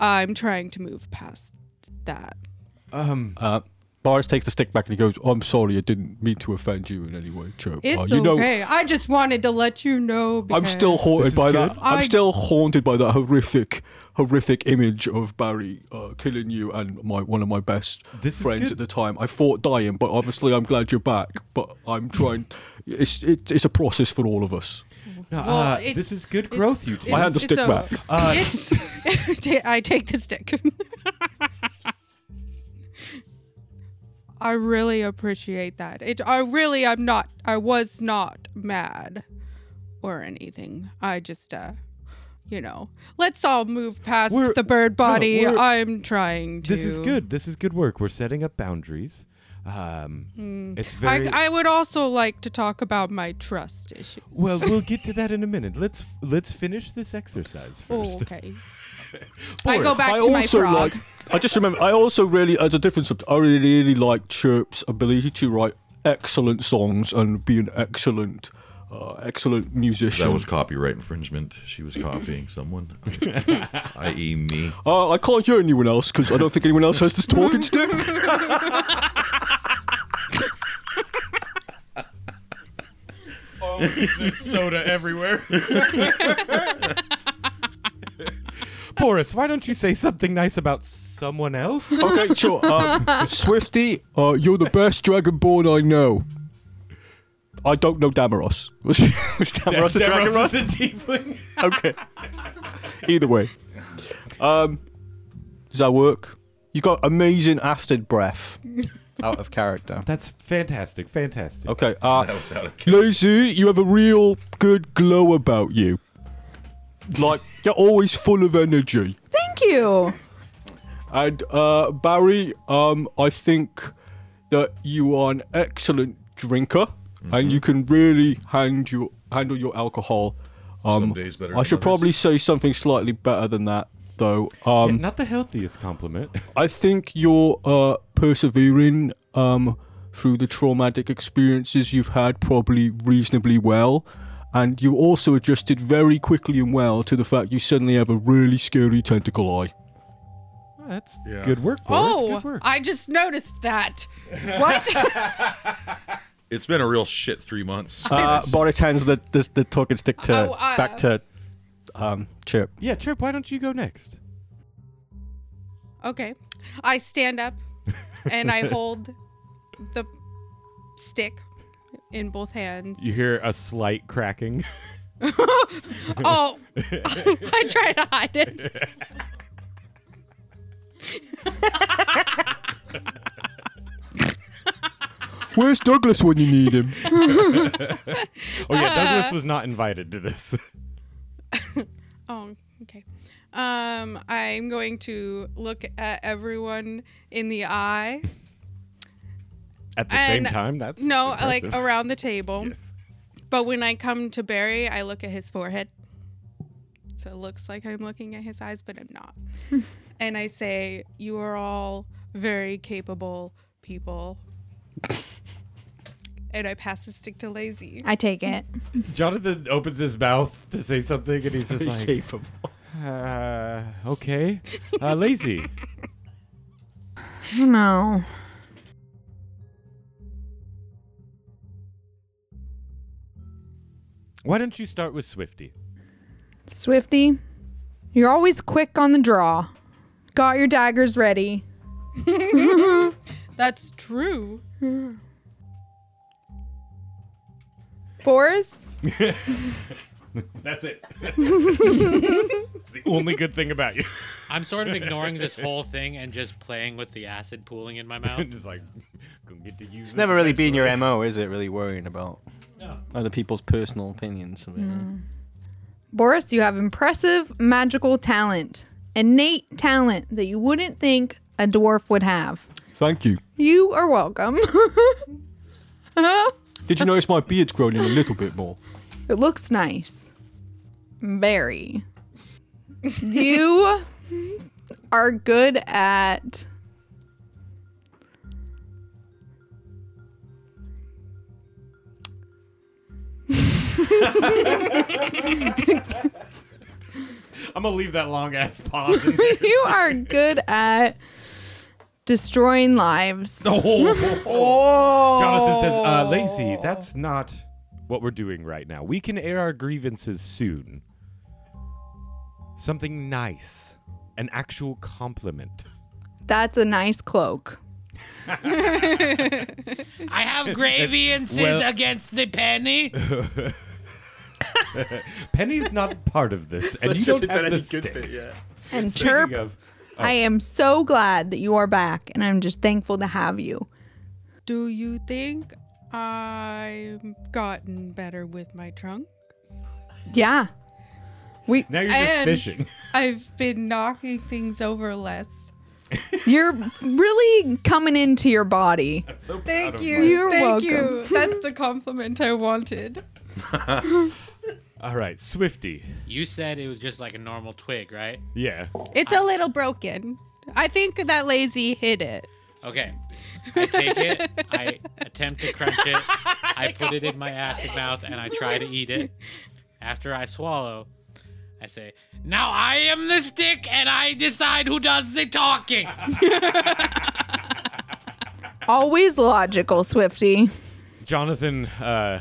[SPEAKER 7] I'm trying to move past that.
[SPEAKER 3] Um,
[SPEAKER 6] Uh,
[SPEAKER 8] Boris takes the stick back and he goes, "I'm sorry, I didn't mean to offend you in any way, Chirp. Uh,
[SPEAKER 7] It's
[SPEAKER 8] you know,
[SPEAKER 7] okay. I just wanted to let you know. Because
[SPEAKER 8] I'm still haunted
[SPEAKER 3] is
[SPEAKER 8] by
[SPEAKER 3] good.
[SPEAKER 8] that. I'm
[SPEAKER 7] I-
[SPEAKER 8] still haunted by that horrific, horrific image of Barry uh, killing you and my one of my best
[SPEAKER 3] This is
[SPEAKER 8] friends
[SPEAKER 3] good.
[SPEAKER 8] at the time. I fought dying, but obviously I'm glad you're back. But I'm trying. It's it, it's a process for all of us.
[SPEAKER 3] no, uh,
[SPEAKER 7] Well, it's-
[SPEAKER 3] this is good
[SPEAKER 7] it's-
[SPEAKER 3] growth, you Uh, two.
[SPEAKER 8] I had the
[SPEAKER 7] It's-
[SPEAKER 8] stick
[SPEAKER 7] it's over.
[SPEAKER 8] back.
[SPEAKER 7] [laughs] it's. [laughs] Ta- I take the stick. I really appreciate that. It. I really. I'm not. I was not mad, or anything. I just. uh you know, let's all move past
[SPEAKER 3] We're-
[SPEAKER 7] the bird body.
[SPEAKER 3] we're-
[SPEAKER 7] I'm trying to.
[SPEAKER 3] This is good. This is good work. We're setting up boundaries. Um, It's very.
[SPEAKER 7] Hmm. Mm. I, I would also like to talk about my trust issues.
[SPEAKER 3] [laughs] well,
[SPEAKER 7] [laughs]
[SPEAKER 3] we'll get to that in a minute. Let's f- let's finish this exercise
[SPEAKER 7] oh,
[SPEAKER 3] first.
[SPEAKER 7] okay. I go
[SPEAKER 3] Boris,
[SPEAKER 7] back
[SPEAKER 8] I
[SPEAKER 7] to my
[SPEAKER 8] also like.
[SPEAKER 7] frog.
[SPEAKER 8] I just remember. I also really, as a different subject, I really, really like Chirp's ability to write excellent songs and be an excellent, uh, excellent musician.
[SPEAKER 9] That was copyright infringement. She was copying someone, i.e., me.
[SPEAKER 8] Uh, I can't hear anyone else because I don't think anyone else has this talking stick.
[SPEAKER 3] soda everywhere. [laughs] Boris, why don't you say something nice about someone else?
[SPEAKER 8] Okay, [laughs]
[SPEAKER 3] [laughs]
[SPEAKER 8] sure. Um, Swifty, uh, you're the best Dragonborn I know. I don't know Damaros. [laughs] Was, was Damaros a Dragonborn? [laughs] Oh,
[SPEAKER 3] is a tiefling.
[SPEAKER 8] Okay. Either way. Um, Does that work? You got amazing aftered breath out of character.
[SPEAKER 3] That's fantastic. Fantastic.
[SPEAKER 8] Okay, uh,
[SPEAKER 9] That was out of
[SPEAKER 8] Lazy, you have a real good glow about you. Like, you're always full of energy.
[SPEAKER 4] Thank you.
[SPEAKER 8] And uh, Barry, um, I think that you are an excellent drinker,
[SPEAKER 9] Mm-hmm.
[SPEAKER 8] and you can really hand your, handle your alcohol. Um,
[SPEAKER 9] Some days better
[SPEAKER 8] I
[SPEAKER 9] than
[SPEAKER 8] should
[SPEAKER 9] others.
[SPEAKER 8] probably say something slightly better than that, though.
[SPEAKER 3] Yeah,
[SPEAKER 8] Um,
[SPEAKER 3] not the healthiest compliment. [laughs]
[SPEAKER 8] I think you're uh, persevering um, through the traumatic experiences you've had probably reasonably well. And you also adjusted very quickly and well to the fact you suddenly have a really scary tentacle eye.
[SPEAKER 3] That's
[SPEAKER 9] Yeah.
[SPEAKER 3] good work, Boris. good
[SPEAKER 7] Oh,
[SPEAKER 3] work.
[SPEAKER 7] I just noticed that. What? [laughs]
[SPEAKER 9] It's been a real shit three months.
[SPEAKER 8] Uh, Boris hands the, the, the talking stick to
[SPEAKER 7] Oh, uh,
[SPEAKER 8] back to um, Chip.
[SPEAKER 3] yeah, Chirp, why don't you go next?
[SPEAKER 7] okay. I stand
[SPEAKER 3] [laughs]
[SPEAKER 7] up and I hold the stick in both hands.
[SPEAKER 3] [laughs] You hear a slight cracking.
[SPEAKER 7] [laughs] Oh, [laughs] I try to hide it. [laughs]
[SPEAKER 3] [laughs]
[SPEAKER 8] Where's Douglas when you need him?
[SPEAKER 3] Oh yeah,
[SPEAKER 7] Uh,
[SPEAKER 3] Douglas was not invited to this.
[SPEAKER 7] Oh, okay. Um, I'm going to look at everyone in the eye.
[SPEAKER 3] At the
[SPEAKER 7] And-
[SPEAKER 3] same time, that's
[SPEAKER 7] No,
[SPEAKER 3] impressive.
[SPEAKER 7] like around the table.
[SPEAKER 3] Yes.
[SPEAKER 7] But when I come to Barry, I look at his forehead. So it looks like I'm looking at his eyes, but I'm
[SPEAKER 4] [laughs]
[SPEAKER 7] not. and I say, You are all very capable
[SPEAKER 4] [laughs]
[SPEAKER 7] people. and I pass the stick to Lazy.
[SPEAKER 4] I take it.
[SPEAKER 3] Jonathan opens his mouth to say something, and he's just like, uh, "Okay, uh, lazy."
[SPEAKER 4] No.
[SPEAKER 3] Why don't you start with Swifty?
[SPEAKER 4] Swifty, you're always quick on the draw. Got your daggers
[SPEAKER 7] [laughs]
[SPEAKER 4] ready.
[SPEAKER 7] That's
[SPEAKER 4] [laughs]
[SPEAKER 7] true. [laughs] [laughs]
[SPEAKER 4] Boris,
[SPEAKER 3] That's it. [laughs] the only good thing about you.
[SPEAKER 5] I'm sort of ignoring this whole thing and just playing with the acid pooling
[SPEAKER 3] [laughs]
[SPEAKER 5] in my mouth.
[SPEAKER 3] just like, gonna get to use.
[SPEAKER 6] It's never really been your MO, is it? Really worrying about
[SPEAKER 5] No.
[SPEAKER 6] other people's personal opinions. Of it.
[SPEAKER 4] Mm. Boris, you have impressive magical talent, innate talent that you wouldn't think a dwarf would have.
[SPEAKER 8] Thank you.
[SPEAKER 4] You are welcome. [laughs]
[SPEAKER 8] Did you notice my beard's growing in a little bit more?
[SPEAKER 4] It looks nice. Very. you are good at.
[SPEAKER 3] I'm gonna leave that long ass pause.
[SPEAKER 4] [laughs] You are good at destroying lives.
[SPEAKER 3] Oh. Jonathan says, uh, "Lazy, that's not what we're doing right now. We can air our grievances soon. Something nice, an actual compliment." [laughs]
[SPEAKER 4] That's a nice cloak.
[SPEAKER 5] I have grievances [laughs]
[SPEAKER 3] well-
[SPEAKER 5] against the penny.
[SPEAKER 3] Penny's not part of this, and you don't have the stick.
[SPEAKER 4] And
[SPEAKER 3] Speaking
[SPEAKER 4] chirp,
[SPEAKER 3] of- oh.
[SPEAKER 4] I am so glad that you are back, and I'm just thankful to have you.
[SPEAKER 7] Do you think I've gotten better with my trunk?
[SPEAKER 4] Yeah. We,
[SPEAKER 3] now you're just
[SPEAKER 7] And-
[SPEAKER 3] fishing. [laughs]
[SPEAKER 7] I've been knocking things over less.
[SPEAKER 4] you're really coming into your body.
[SPEAKER 7] Thank you.
[SPEAKER 4] You're
[SPEAKER 7] Thank
[SPEAKER 4] welcome. [laughs]
[SPEAKER 7] you. [laughs] That's the compliment I wanted.
[SPEAKER 3] [laughs] All right, Swifty.
[SPEAKER 5] You said it was just like a normal twig, right?
[SPEAKER 3] Yeah.
[SPEAKER 7] It's a little broken. I think that lazy hit it.
[SPEAKER 5] Okay. I take it. I attempt to crunch
[SPEAKER 3] [laughs]
[SPEAKER 5] it. I put it in my acid mouth and I try to eat it. After I swallow, I say, Now I am the stick and I decide who does the
[SPEAKER 3] [laughs]
[SPEAKER 5] talking.
[SPEAKER 4] Always logical, Swifty.
[SPEAKER 3] Jonathan, uh,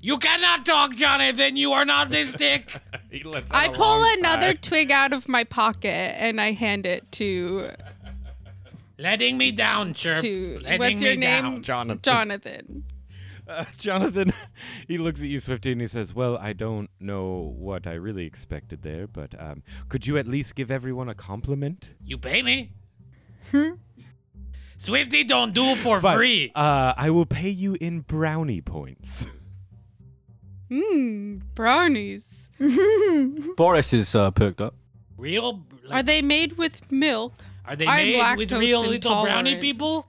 [SPEAKER 5] You cannot talk, Jonathan. You are not the stick.
[SPEAKER 3] [laughs] he lets
[SPEAKER 7] I
[SPEAKER 3] out a
[SPEAKER 7] pull
[SPEAKER 3] long
[SPEAKER 7] another
[SPEAKER 3] sigh.
[SPEAKER 7] twig out of my pocket and I hand it
[SPEAKER 3] [laughs]
[SPEAKER 7] to
[SPEAKER 5] Letting me down, chirp.
[SPEAKER 7] to
[SPEAKER 5] Letting
[SPEAKER 7] what's your
[SPEAKER 5] me
[SPEAKER 7] name?
[SPEAKER 5] down.
[SPEAKER 3] Jonathan.
[SPEAKER 7] Jonathan.
[SPEAKER 3] Uh, Jonathan, he looks at you, Swifty, and he says, Well, I don't know what I really expected there, but um, could you at least give everyone a compliment?
[SPEAKER 5] You pay me?
[SPEAKER 7] Hmm?
[SPEAKER 5] Swifty don't do for
[SPEAKER 3] Fine.
[SPEAKER 5] free.
[SPEAKER 3] Uh, I will pay you in brownie points.
[SPEAKER 7] Mmm,
[SPEAKER 4] [laughs]
[SPEAKER 7] brownies.
[SPEAKER 6] Boris is uh, perked up.
[SPEAKER 5] Real? Like,
[SPEAKER 7] Are they made with milk?
[SPEAKER 5] are they
[SPEAKER 7] I'm
[SPEAKER 5] made with
[SPEAKER 7] lactose
[SPEAKER 5] real little brownie
[SPEAKER 7] intolerant.
[SPEAKER 5] people?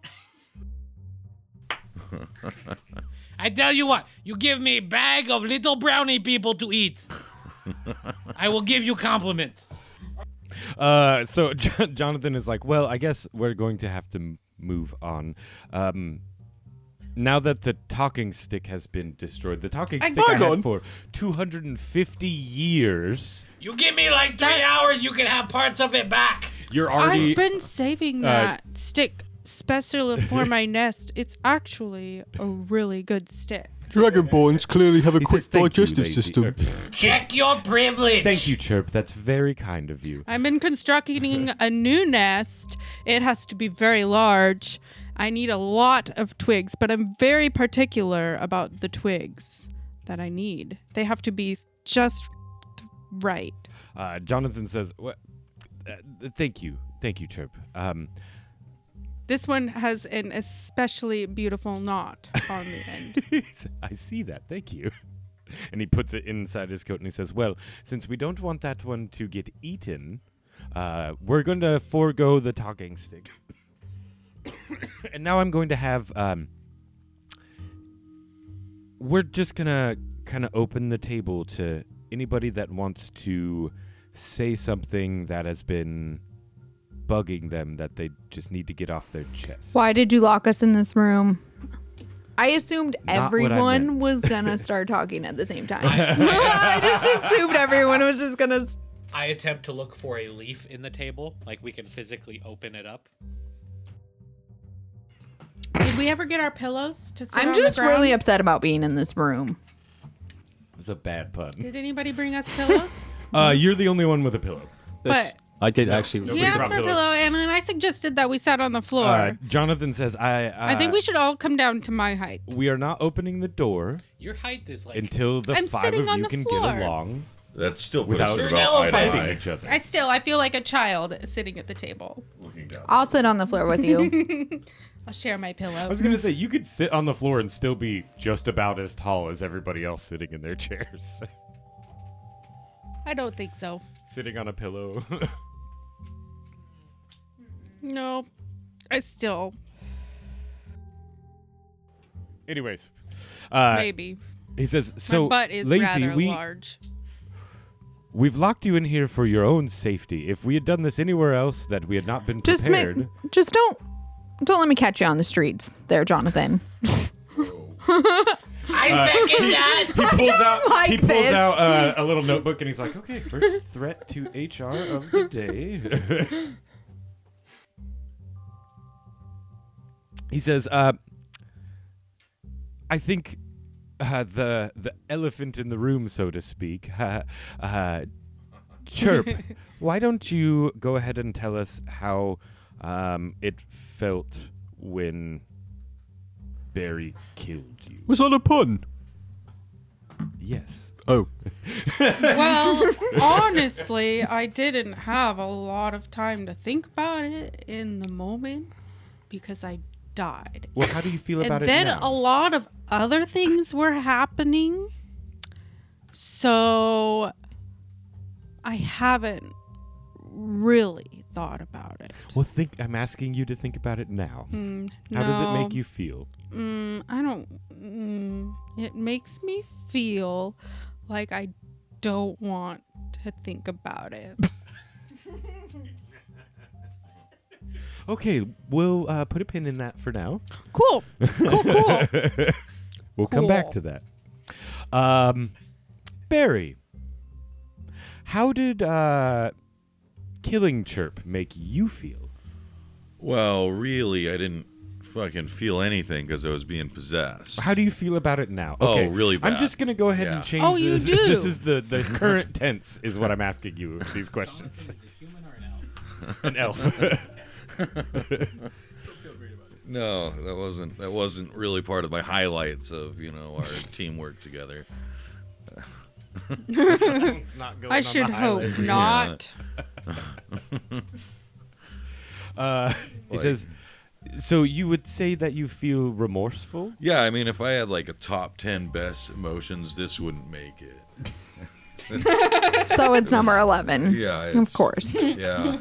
[SPEAKER 5] I tell you what, you give me a bag of little brownie people to eat. I will give you compliment.
[SPEAKER 3] Uh, so Jo- Jonathan is like, well, I guess we're going to have to m- move on. Um, now that the talking stick has been destroyed, the talking stick I had
[SPEAKER 8] pardon?
[SPEAKER 3] for 250 years,
[SPEAKER 5] You give me like three
[SPEAKER 7] That-
[SPEAKER 5] hours, you can have parts of it back.
[SPEAKER 3] you're already.
[SPEAKER 7] I've been saving that stick specially for my nest. It's actually a really good stick.
[SPEAKER 8] Dragonborns clearly have a
[SPEAKER 3] He
[SPEAKER 8] quick
[SPEAKER 3] says, "Thank you,
[SPEAKER 8] digestive
[SPEAKER 3] lady,"
[SPEAKER 8] system.
[SPEAKER 3] or,
[SPEAKER 5] Check your privilege.
[SPEAKER 3] Thank you, Chirp. That's very kind of you.
[SPEAKER 7] I've been constructing a new nest. It has to be very large. I need a lot of twigs, but I'm very particular about the twigs that I need. They have to be just th- right.
[SPEAKER 3] Uh, Jonathan says, "Wha- uh, th- thank you. Thank you, Chirp. Um,
[SPEAKER 7] This one has an especially beautiful knot on the end.
[SPEAKER 3] [laughs] I see that. Thank you. [laughs] And he puts it inside his coat and he says, Well, since we don't want that one to get eaten, uh, we're going to forego the talking stick. [coughs] and now I'm going to have. Um, we're just going to kind of open the table to anybody that wants to say something that has been bugging them that they just need to get off their
[SPEAKER 4] [laughs]
[SPEAKER 3] chest.
[SPEAKER 4] Why did you lock us in this room? I assumed
[SPEAKER 3] what I
[SPEAKER 4] everyone
[SPEAKER 3] meant.
[SPEAKER 4] was gonna start talking at the
[SPEAKER 3] [laughs]
[SPEAKER 4] same time. [laughs] I just assumed everyone was just gonna. s-
[SPEAKER 5] I attempt to look for a leaf in the table, like we can physically open it up.
[SPEAKER 7] Did we ever get our pillows to sit
[SPEAKER 4] I'm
[SPEAKER 7] on the
[SPEAKER 4] just really
[SPEAKER 7] ground?
[SPEAKER 4] upset about being in this room.
[SPEAKER 3] It was a bad pun.
[SPEAKER 7] Did anybody bring us
[SPEAKER 3] [laughs]
[SPEAKER 7] pillows?
[SPEAKER 3] Uh, you're the only one with a pillow.
[SPEAKER 6] This-
[SPEAKER 7] But-
[SPEAKER 6] I did actually.
[SPEAKER 7] you asked for a pillow, and then I suggested that we sat on the floor.
[SPEAKER 3] Uh, Jonathan says, "I." Uh,
[SPEAKER 7] I think we should all come down to my height.
[SPEAKER 3] We are not opening the door
[SPEAKER 5] Your height is like.
[SPEAKER 3] until the
[SPEAKER 7] I'm
[SPEAKER 3] five
[SPEAKER 7] sitting
[SPEAKER 3] of
[SPEAKER 7] on
[SPEAKER 3] you
[SPEAKER 7] the
[SPEAKER 3] can
[SPEAKER 7] floor.
[SPEAKER 3] get along
[SPEAKER 9] That's still puts
[SPEAKER 3] without
[SPEAKER 9] it
[SPEAKER 5] You're
[SPEAKER 9] about eye
[SPEAKER 5] now
[SPEAKER 9] to
[SPEAKER 3] fighting
[SPEAKER 9] eye.
[SPEAKER 3] each other.
[SPEAKER 7] I still, I feel like a child sitting at the table.
[SPEAKER 9] Looking down.
[SPEAKER 4] I'll sit on the floor with you.
[SPEAKER 7] [laughs] I'll share my pillow.
[SPEAKER 3] I was gonna say you could sit on the floor and still be just about as tall as everybody else sitting in their [laughs] chairs,
[SPEAKER 7] I don't think so.
[SPEAKER 3] sitting on a pillow. [laughs]
[SPEAKER 7] No, I still
[SPEAKER 3] Anyways, uh,
[SPEAKER 7] maybe.
[SPEAKER 3] he says, "So,
[SPEAKER 7] my butt is
[SPEAKER 3] Lazy,
[SPEAKER 7] rather
[SPEAKER 3] we
[SPEAKER 7] large.
[SPEAKER 3] we've locked you in here for your own safety. If we had done this anywhere else, that we had not been
[SPEAKER 4] Just
[SPEAKER 3] prepared."
[SPEAKER 4] make, just don't, don't let me catch you on the streets,
[SPEAKER 7] [laughs]
[SPEAKER 4] there, Jonathan.
[SPEAKER 5] I second that.
[SPEAKER 3] Uh, he pulls out
[SPEAKER 4] like
[SPEAKER 3] he pulls
[SPEAKER 4] this.
[SPEAKER 3] out uh, a little notebook and he's like, "Okay, first threat to HR of the day." [laughs] he says, uh, "I think uh, the the elephant in the room, so to speak, [laughs] uh, uh, chirp.
[SPEAKER 5] [laughs]
[SPEAKER 3] why don't you go ahead and tell us how um, it felt when Barry killed you?"
[SPEAKER 8] Was that a pun?
[SPEAKER 3] Yes.
[SPEAKER 8] Oh,
[SPEAKER 3] [laughs]
[SPEAKER 7] Well, honestly, I didn't have a lot of time to think about it in the moment because I died.
[SPEAKER 3] Well, how do you feel
[SPEAKER 7] and
[SPEAKER 3] about it
[SPEAKER 7] then
[SPEAKER 3] now?
[SPEAKER 7] a lot of other things were happening. So I haven't really thought about it.
[SPEAKER 3] well, think. I'm asking you to think about it now. how
[SPEAKER 7] Hmm, Mm, no,
[SPEAKER 3] does it make you feel?
[SPEAKER 7] Mm, I don't. Mm, it makes me feel like I don't want to think about
[SPEAKER 10] [laughs]
[SPEAKER 7] it.
[SPEAKER 3] Okay, we'll uh, put a pin in that for now.
[SPEAKER 7] cool. Cool, cool.
[SPEAKER 3] [laughs] We'll come back
[SPEAKER 7] Cool.
[SPEAKER 3] to that. Um, Barry, how did uh, Killing Chirp make you feel?
[SPEAKER 9] Well, really, I didn't fucking feel anything because I was being possessed.
[SPEAKER 3] How do you feel about it now?
[SPEAKER 9] Oh,
[SPEAKER 3] Okay,
[SPEAKER 9] really
[SPEAKER 3] I'm
[SPEAKER 9] bad.
[SPEAKER 3] just gonna go ahead
[SPEAKER 9] Yeah.
[SPEAKER 3] and change.
[SPEAKER 7] Oh, you
[SPEAKER 3] this. [laughs] This
[SPEAKER 7] do.
[SPEAKER 3] is
[SPEAKER 9] [laughs]
[SPEAKER 3] the the current tense is what I'm asking you these questions. [laughs]
[SPEAKER 9] [laughs]
[SPEAKER 5] Human or an elf?
[SPEAKER 3] An elf.
[SPEAKER 9] No, that wasn't that wasn't really part of my highlights of you know our [laughs] teamwork together. [laughs]
[SPEAKER 10] It's not going
[SPEAKER 7] I
[SPEAKER 10] on the
[SPEAKER 7] should hope
[SPEAKER 10] highlight reel.
[SPEAKER 7] not.
[SPEAKER 3] Uh, he
[SPEAKER 9] Like-
[SPEAKER 3] says, so you would say that you feel remorseful?
[SPEAKER 9] Yeah, I mean, if I had like a top ten best emotions, this wouldn't make it.
[SPEAKER 4] So it's number 11.
[SPEAKER 9] [laughs] Yeah,
[SPEAKER 4] Of
[SPEAKER 9] it's-
[SPEAKER 4] course. [laughs]
[SPEAKER 9] Yeah.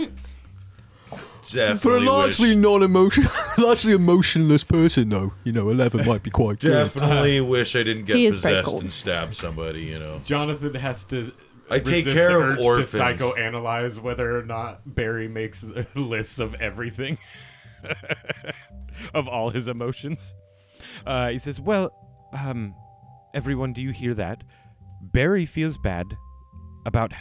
[SPEAKER 9] Definitely
[SPEAKER 8] For a largely
[SPEAKER 9] wish,
[SPEAKER 8] non-emotion, [laughs] largely emotionless person, though, you know, eleven might be quite good.
[SPEAKER 9] definitely wish I didn't get
[SPEAKER 4] He is very
[SPEAKER 9] possessed
[SPEAKER 4] cold.
[SPEAKER 9] and stab somebody. You know,
[SPEAKER 10] Jonathan has to.
[SPEAKER 9] I take
[SPEAKER 10] resist
[SPEAKER 9] care
[SPEAKER 10] the
[SPEAKER 9] of
[SPEAKER 10] urge
[SPEAKER 9] orphans.
[SPEAKER 10] to psychoanalyze whether or not Barry
[SPEAKER 3] [laughs]
[SPEAKER 10] makes lists of everything,
[SPEAKER 3] of all his emotions. Uh, he says, Well, um, everyone, do you hear that? Barry feels bad about h-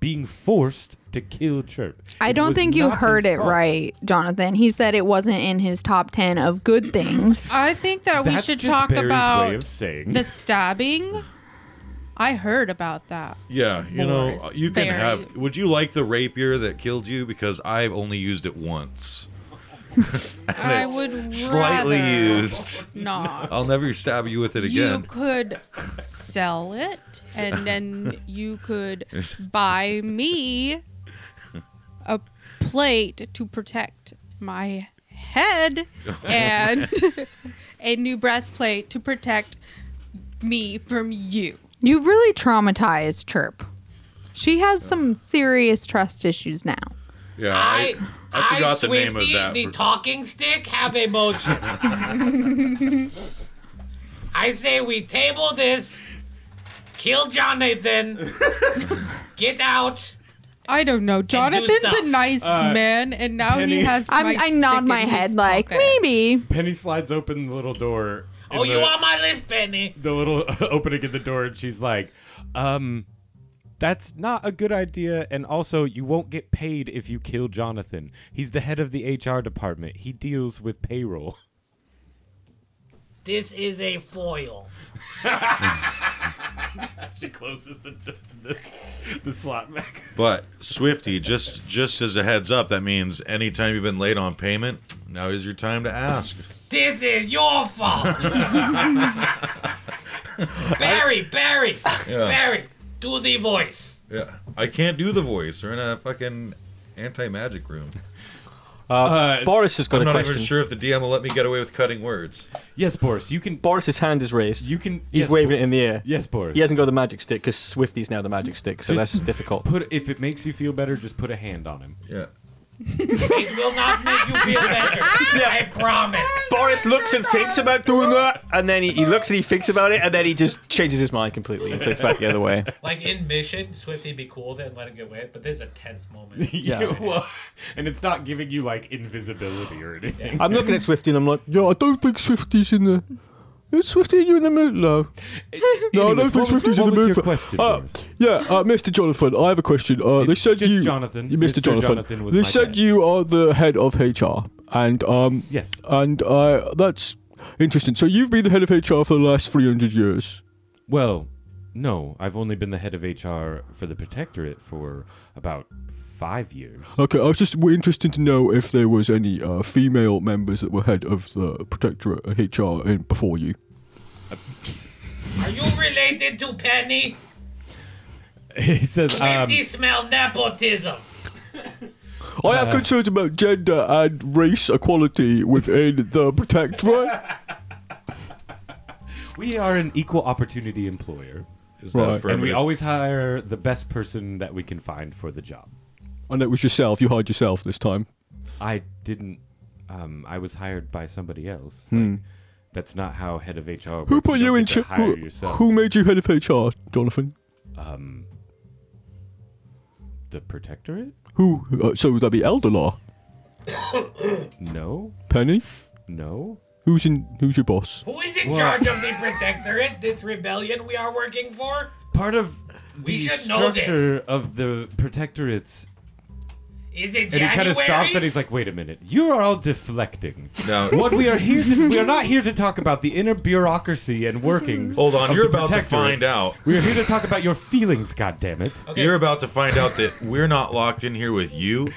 [SPEAKER 3] being forced to kill Chirp.
[SPEAKER 4] I
[SPEAKER 3] It
[SPEAKER 4] don't
[SPEAKER 3] was
[SPEAKER 4] think you
[SPEAKER 3] not
[SPEAKER 4] heard
[SPEAKER 3] his
[SPEAKER 4] it
[SPEAKER 3] fault.
[SPEAKER 4] right, Jonathan. He said it wasn't in his top 10 of good things.
[SPEAKER 7] I think that we
[SPEAKER 3] That's
[SPEAKER 7] should
[SPEAKER 3] just
[SPEAKER 7] talk
[SPEAKER 3] Barry's way
[SPEAKER 7] about
[SPEAKER 3] of saying.
[SPEAKER 7] the stabbing. I heard about that.
[SPEAKER 9] yeah, you know, uh,
[SPEAKER 7] Morris,
[SPEAKER 9] you can
[SPEAKER 7] Barry.
[SPEAKER 9] have. Would you like the rapier that killed you? Because I've only used it once. [laughs]
[SPEAKER 7] I would
[SPEAKER 9] Slightly
[SPEAKER 7] rather
[SPEAKER 9] used.
[SPEAKER 7] Not.
[SPEAKER 9] I'll never stab you with it
[SPEAKER 7] You
[SPEAKER 9] again.
[SPEAKER 7] could sell it,
[SPEAKER 9] [laughs]
[SPEAKER 7] and then you could buy me a plate to protect my head
[SPEAKER 9] [laughs]
[SPEAKER 7] and a new breastplate to protect me from you.
[SPEAKER 4] You've really traumatized Chirp. She has some serious trust issues now.
[SPEAKER 9] yeah, I, I forgot the name of
[SPEAKER 10] Swifty,
[SPEAKER 9] that.
[SPEAKER 10] the
[SPEAKER 9] for-
[SPEAKER 10] talking stick have emotion. I say we table this, kill Jonathan, get out.
[SPEAKER 7] I don't know. Jonathan's
[SPEAKER 10] stuff.
[SPEAKER 7] a nice man, and now he
[SPEAKER 3] Penny-
[SPEAKER 7] has.
[SPEAKER 4] I'm, I nod my head like, maybe.
[SPEAKER 3] Penny slides open the little door. and
[SPEAKER 10] Oh,
[SPEAKER 3] the,
[SPEAKER 10] you on my list, Benny?
[SPEAKER 3] The little [laughs] opening of the door, and she's like, um, that's not a good idea. And also, you won't get paid if you kill Jonathan. He's the head of the HR department, he deals with payroll. [laughs]
[SPEAKER 10] This is a foil. [laughs] she closes the, the, the slot back.
[SPEAKER 9] But Swifty, just just as a heads up, that means anytime you've been late on payment, now is your time to ask.
[SPEAKER 10] This is your [laughs] fault. Barry, Barry, Barry, do the voice.
[SPEAKER 9] Yeah, I can't do the voice. We're in a fucking anti magic room.
[SPEAKER 6] Uh, Boris has got
[SPEAKER 9] Uh, I'm
[SPEAKER 6] a
[SPEAKER 9] not
[SPEAKER 6] question.
[SPEAKER 9] even sure if the DM will let me get away with cutting words.
[SPEAKER 3] [laughs] Yes, Boris, you can.
[SPEAKER 6] Boris's hand is raised.
[SPEAKER 3] You can.
[SPEAKER 6] He's
[SPEAKER 3] yes,
[SPEAKER 6] waving it in the air.
[SPEAKER 3] Yes, Boris.
[SPEAKER 6] He hasn't got the magic stick because Swifty's now the magic stick, so
[SPEAKER 3] Just
[SPEAKER 6] that's difficult.
[SPEAKER 3] Put if it makes you feel better, just put a hand on him. [laughs]
[SPEAKER 9] Yeah.
[SPEAKER 10] It will not make you feel better. I promise.
[SPEAKER 6] Boris looks and thinks about doing that, and then he, he looks and he thinks about it, and then he just changes his mind completely and takes back the other
[SPEAKER 5] [laughs]
[SPEAKER 6] way.
[SPEAKER 10] Like in mission, Swifty be cool with it and let it get away. with it, But there's a tense moment.
[SPEAKER 3] [laughs]
[SPEAKER 6] Yeah.
[SPEAKER 3] well, and it's not giving you like invisibility or anything.
[SPEAKER 6] I'm looking
[SPEAKER 3] [laughs]
[SPEAKER 6] at Swifty and I'm like,
[SPEAKER 8] Yeah, I don't think Swifty's in the. Is Swifty you in the mood?
[SPEAKER 3] [laughs]
[SPEAKER 8] No. No, I
[SPEAKER 3] Anyways,
[SPEAKER 8] don't think
[SPEAKER 3] what was-
[SPEAKER 8] Swifty's in
[SPEAKER 3] what
[SPEAKER 8] the
[SPEAKER 3] was
[SPEAKER 8] mood
[SPEAKER 3] your
[SPEAKER 8] for.
[SPEAKER 3] question,
[SPEAKER 8] Uh,
[SPEAKER 3] Boris?
[SPEAKER 8] yeah, uh, Mr. Jonathan, I have a question. Uh, they
[SPEAKER 3] It's
[SPEAKER 8] said
[SPEAKER 3] just
[SPEAKER 8] you,
[SPEAKER 3] Jonathan.
[SPEAKER 8] you-
[SPEAKER 3] Mr.
[SPEAKER 8] Mr. Jonathan.
[SPEAKER 3] Jonathan was
[SPEAKER 8] they
[SPEAKER 3] my
[SPEAKER 8] said
[SPEAKER 3] dad.
[SPEAKER 8] you are the head of HR, and um,
[SPEAKER 3] Yes.
[SPEAKER 8] and uh, that's interesting. So you've been the head of HR for the last three hundred years.
[SPEAKER 3] well, Oh, no, I've only been the head of HR for the Protectorate for about five years.
[SPEAKER 8] Okay, I was just we're interested to know if there was any uh, female members that were head of the Protectorate at HR in, before you.
[SPEAKER 10] Are you related to Penny?
[SPEAKER 3] [laughs] he says, um,
[SPEAKER 10] Swifty smell
[SPEAKER 5] [coughs]
[SPEAKER 10] nepotism.
[SPEAKER 8] I
[SPEAKER 3] uh,
[SPEAKER 8] have concerns about gender and race equality within the
[SPEAKER 3] [laughs]
[SPEAKER 8] Protectorate.
[SPEAKER 3] we are an equal opportunity employer,
[SPEAKER 9] Is
[SPEAKER 8] Right.
[SPEAKER 9] that
[SPEAKER 8] And
[SPEAKER 9] affirmative?
[SPEAKER 3] and we always hire the best person that we can find for the job.
[SPEAKER 8] And it was yourself. [laughs] You hired yourself this time.
[SPEAKER 3] I didn't. Um, I was hired by somebody else. Like, that's not how head of HR. Works.
[SPEAKER 8] Hmm. Who put
[SPEAKER 3] don't
[SPEAKER 8] you
[SPEAKER 3] get
[SPEAKER 8] in
[SPEAKER 3] to
[SPEAKER 8] charge?
[SPEAKER 3] Hire
[SPEAKER 8] Who,
[SPEAKER 3] yourself. Um,
[SPEAKER 8] who made you head of HR, Jonathan?
[SPEAKER 3] the Protectorate?
[SPEAKER 8] Who? Uh, so would that be Elderlaw?
[SPEAKER 3] No,
[SPEAKER 8] Penny?
[SPEAKER 3] no.
[SPEAKER 8] Who's in? Who's your boss?
[SPEAKER 10] Who is in charge of the protectorate? This rebellion we are working for?
[SPEAKER 3] part of
[SPEAKER 10] We
[SPEAKER 3] the
[SPEAKER 10] should know
[SPEAKER 3] structure of the protectorates
[SPEAKER 5] Is it
[SPEAKER 3] And he kind of stops and he's like, "Wait a minute, you are all deflecting. [laughs] What we are here to, we are not here to talk about the inner bureaucracy and workings.
[SPEAKER 9] [laughs] Hold on,
[SPEAKER 3] of
[SPEAKER 9] you're
[SPEAKER 3] the
[SPEAKER 9] about to
[SPEAKER 3] Protectorate.
[SPEAKER 9] find out.
[SPEAKER 3] We are here to talk about your feelings. God damn it!
[SPEAKER 9] You're about to find out that we're not locked in here with you.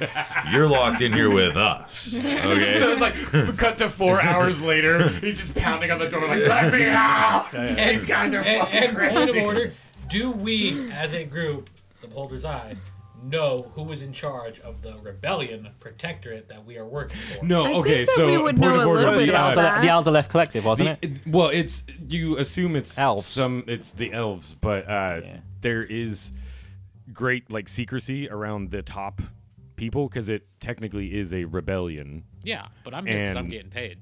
[SPEAKER 9] You're locked in here with us. [laughs]
[SPEAKER 3] [laughs]
[SPEAKER 9] Okay.
[SPEAKER 10] So it's like cut to four hours later. He's just pounding on the door like, "Let
[SPEAKER 9] [laughs]
[SPEAKER 10] me out!" These guys are fucking
[SPEAKER 5] and, point
[SPEAKER 10] crazy.
[SPEAKER 5] of order, do we, as a group, the Beholder's Eye, know who is in charge of the rebellion protectorate that we are working for?
[SPEAKER 3] No,
[SPEAKER 4] think
[SPEAKER 3] okay,
[SPEAKER 4] that
[SPEAKER 3] so
[SPEAKER 4] we would
[SPEAKER 3] point
[SPEAKER 4] know a
[SPEAKER 3] of order,
[SPEAKER 4] little bit
[SPEAKER 6] The
[SPEAKER 3] the,
[SPEAKER 4] about
[SPEAKER 3] uh,
[SPEAKER 6] Alder,
[SPEAKER 4] that.
[SPEAKER 6] the Alder Left Collective, wasn't
[SPEAKER 3] the-
[SPEAKER 6] it?
[SPEAKER 3] well, it's you assume it's
[SPEAKER 6] Elves.
[SPEAKER 3] Some it's the elves, but uh,
[SPEAKER 6] Yeah.
[SPEAKER 3] there is great like secrecy around the top people because it technically is a rebellion.
[SPEAKER 5] Yeah, but I'm here because I'm
[SPEAKER 3] And-
[SPEAKER 5] getting paid.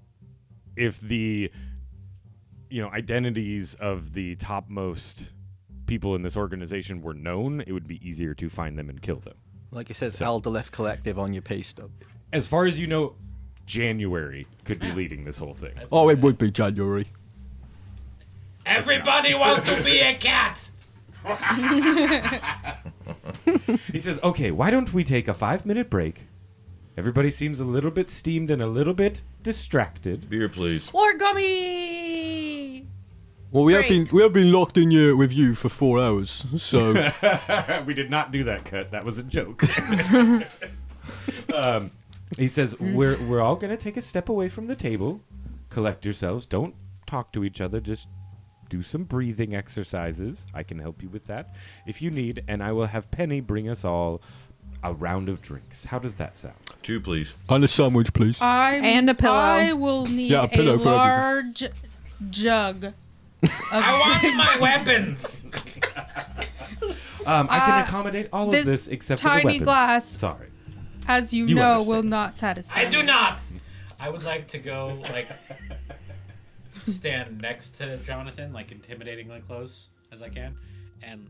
[SPEAKER 3] if the you know identities of the topmost people in this organization were known, it would be easier to find them and kill them.
[SPEAKER 11] Like it says Alder Left Collective on your pay stub.
[SPEAKER 3] As far as you know, January
[SPEAKER 5] [laughs]
[SPEAKER 3] could be leading this whole thing.
[SPEAKER 8] Oh, it would be January.
[SPEAKER 5] Everybody wants to be a cat.
[SPEAKER 3] He says, "Okay, why don't we take a 5-minute break? Everybody seems a little bit steamed and a little bit distracted."
[SPEAKER 9] Beer, please.
[SPEAKER 7] Or gummy.
[SPEAKER 8] Well, we have
[SPEAKER 4] Great.
[SPEAKER 8] been we have been locked in here with you for four hours, so
[SPEAKER 3] [laughs] we did not do that cut. That was a joke. um, he says, "We're we're all gonna take a step away from the table. Collect yourselves. Don't talk to each other. Just do some breathing exercises. I can help you with that if you need, and I will have Penny bring us all a round of drinks. How does that sound?
[SPEAKER 9] Two, please.
[SPEAKER 8] and a sandwich, please.
[SPEAKER 7] I
[SPEAKER 4] And a pillow.
[SPEAKER 7] I will need
[SPEAKER 8] Yeah, a
[SPEAKER 7] a,
[SPEAKER 8] pillow for everyone.
[SPEAKER 7] large jug. Of
[SPEAKER 5] [laughs] I want
[SPEAKER 7] [laughs]
[SPEAKER 5] my weapons.
[SPEAKER 3] Um, I can
[SPEAKER 7] Uh,
[SPEAKER 3] accommodate all
[SPEAKER 7] this
[SPEAKER 3] of this except for
[SPEAKER 7] tiny
[SPEAKER 3] the weapons.
[SPEAKER 7] glass.
[SPEAKER 3] Sorry.
[SPEAKER 7] as you,
[SPEAKER 3] You
[SPEAKER 7] know,
[SPEAKER 3] understand.
[SPEAKER 7] will not satisfy.
[SPEAKER 5] I do not. I would like to go like stand next to Jonathan, like intimidatingly close as I can, and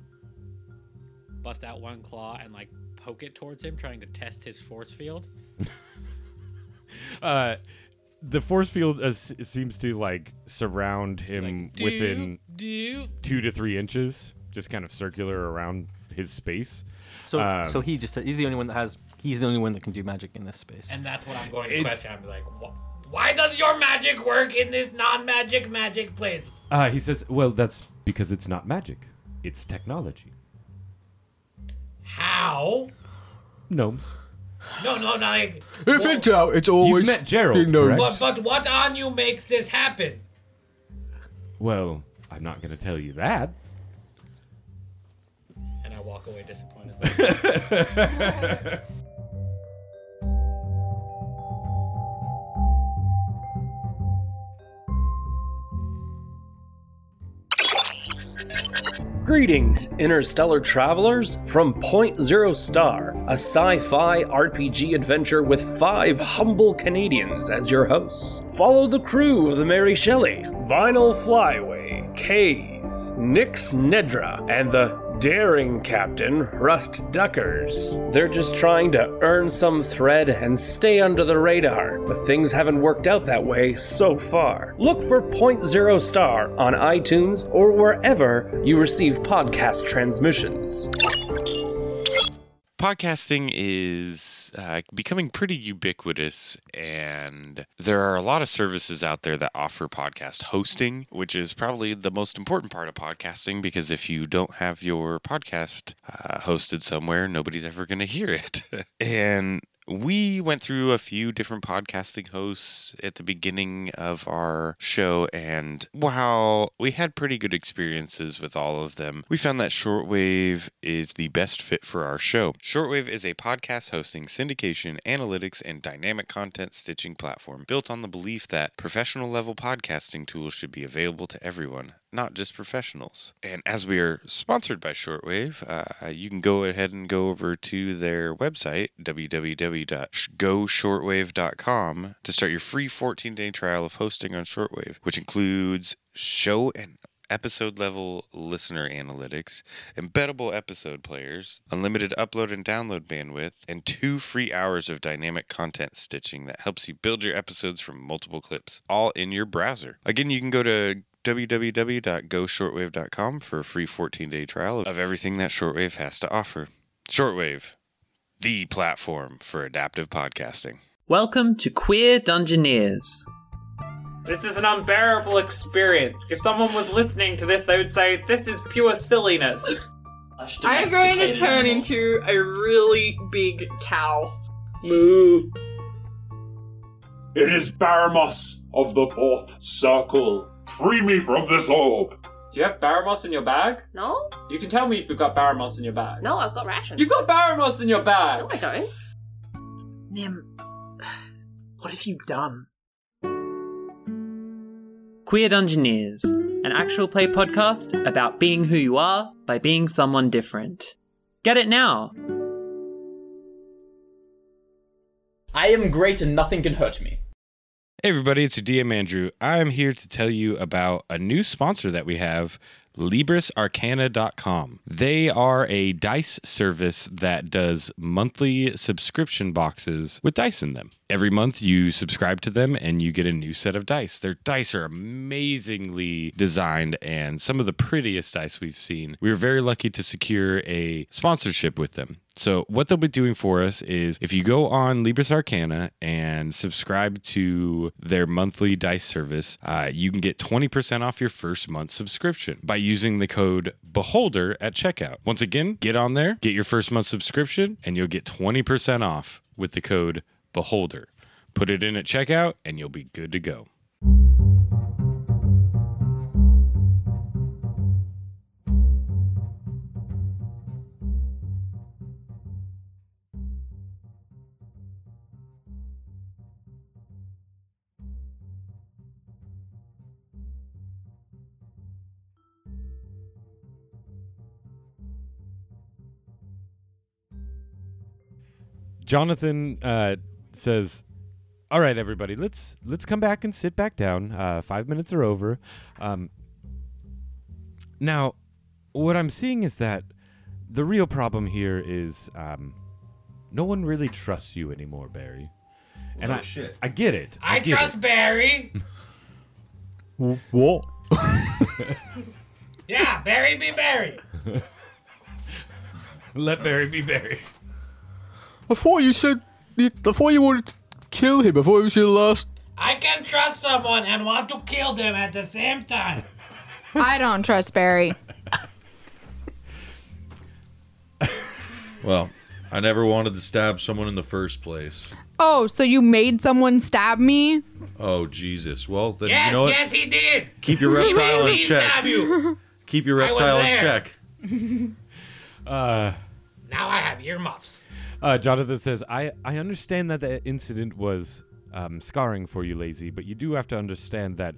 [SPEAKER 5] bust out one claw and like poke it towards him, trying to test his force field.
[SPEAKER 3] Uh, the force field uh, s- seems to like surround him
[SPEAKER 5] Like, do
[SPEAKER 3] within
[SPEAKER 5] do
[SPEAKER 3] two to three inches, just kind of circular around his space.
[SPEAKER 11] So,
[SPEAKER 3] Um,
[SPEAKER 11] so he just he's the only one that has he's the only one that can do magic in this space.
[SPEAKER 5] and that's what I'm going to
[SPEAKER 3] It's-
[SPEAKER 5] question. I'm like, "Wh- why does your magic work in this non-magic magic place?
[SPEAKER 3] Uh, he says, "Well, that's because it's not magic; it's technology.
[SPEAKER 5] How?
[SPEAKER 3] Gnomes.
[SPEAKER 5] No, no, no. Like,
[SPEAKER 8] If it's out, it's always
[SPEAKER 3] met Gerald,
[SPEAKER 8] you know,
[SPEAKER 5] but
[SPEAKER 3] correct?
[SPEAKER 5] but what on you makes this happen?
[SPEAKER 3] Well, I'm not going to tell you that.
[SPEAKER 5] And I walk away disappointed.
[SPEAKER 12] [laughs] Greetings, interstellar travelers, from Point Zero Star, a sci fi RPG adventure with five humble Canadians as your hosts. Follow the crew of the Mary Shelley, Vinyl Flyway, Kays, Nix Nedra, and the daring captain, Rust Duckers. They're just trying to earn some thread and stay under the radar, but things haven't worked out that way so far. Look for Point Zero Star on iTunes or wherever you receive podcast transmissions.
[SPEAKER 13] podcasting is uh, becoming pretty ubiquitous and there are a lot of services out there that offer podcast hosting which is probably the most important part of podcasting because if you don't have your podcast uh, hosted somewhere nobody's ever going to hear it [laughs] and we went through a few different podcasting hosts at the beginning of our show, and wow, we had pretty good experiences with all of them. We found that Shortwave is the best fit for our show. Shortwave is a podcast hosting, syndication, analytics, and dynamic content stitching platform built on the belief that professional level podcasting tools should be available to everyone not just professionals. And as we are sponsored by Shortwave, uh, you can go ahead and go over to their website, www.goshortwave.com, to start your free 14 day trial of hosting on Shortwave, which includes show and episode level listener analytics, embeddable episode players, unlimited upload and download bandwidth, and two free hours of dynamic content stitching that helps you build your episodes from multiple clips, all in your browser. Again, you can go to www.goshortwave.com for a free 14 day trial of everything that Shortwave has to offer. Shortwave, the platform for adaptive podcasting.
[SPEAKER 14] Welcome to Queer Dungeoneers.
[SPEAKER 15] [laughs] This is an unbearable experience. If someone was listening to this, they would say, This is pure silliness.
[SPEAKER 16] I'm going to turn into a really big cow.
[SPEAKER 17] Moo. It is Baramos of the Fourth Circle. Free me from this orb.
[SPEAKER 15] Do you have Baramos in your bag?
[SPEAKER 18] No?
[SPEAKER 15] You can tell me if you've got Baramos in your bag.
[SPEAKER 18] No, I've got rations.
[SPEAKER 15] You've got Baramos in your bag!
[SPEAKER 18] No, I don't.
[SPEAKER 19] Nim, what have you done?
[SPEAKER 14] Queer Dungeoneers, an actual play podcast about being who you are by being someone different. Get it now!
[SPEAKER 20] I am great and nothing can hurt me.
[SPEAKER 13] Hey everybody, it's your DM Andrew. I'm here to tell you about a new sponsor that we have, LibrisArcana.com. They are a dice service that does monthly subscription boxes with dice in them. Every month you subscribe to them and you get a new set of dice. Their dice are amazingly designed and some of the prettiest dice we've seen. We were very lucky to secure a sponsorship with them. So, what they'll be doing for us is if you go on Libris Arcana and subscribe to their monthly dice service, uh, you can get 20% off your first month's subscription by using the code BEHOLDER at checkout. Once again, get on there, get your first month's subscription, and you'll get 20% off with the code BEHOLDER. Put it in at checkout, and you'll be good to go.
[SPEAKER 3] Jonathan uh, says, "All right, everybody, let's let's come back and sit back down. Uh, five minutes are over. Um, now, what I'm seeing is that the real problem here is um, no one really trusts you anymore, Barry. and
[SPEAKER 10] Well,
[SPEAKER 3] I
[SPEAKER 10] shit.
[SPEAKER 3] I get it.
[SPEAKER 10] I
[SPEAKER 3] get
[SPEAKER 10] trust
[SPEAKER 3] it.
[SPEAKER 10] Barry.
[SPEAKER 3] [laughs]
[SPEAKER 8] What?
[SPEAKER 10] yeah, Barry be Barry.
[SPEAKER 3] [laughs] Let Barry be Barry.
[SPEAKER 8] I thought you said. You, I thought you wanted to kill him. I thought it was your last.
[SPEAKER 10] I can trust someone and want to kill them at the same time.
[SPEAKER 4] I don't trust Barry.
[SPEAKER 9] Well, I never wanted to stab someone in the first place.
[SPEAKER 4] Oh, so you made someone stab me?
[SPEAKER 9] Oh Jesus! Well, then
[SPEAKER 10] Yes,
[SPEAKER 9] you know what?
[SPEAKER 10] yes,
[SPEAKER 18] [laughs]
[SPEAKER 10] he did.
[SPEAKER 9] Keep your
[SPEAKER 10] He
[SPEAKER 9] reptile
[SPEAKER 10] made
[SPEAKER 9] in
[SPEAKER 10] me
[SPEAKER 9] check.
[SPEAKER 10] stab you.
[SPEAKER 9] Keep your
[SPEAKER 10] I was
[SPEAKER 9] reptile in check.
[SPEAKER 10] there.
[SPEAKER 3] Uh,
[SPEAKER 10] now I have earmuffs.
[SPEAKER 3] Uh, Jonathan says, I, I understand that the incident was um, scarring for you, Lazy, but you do have to understand that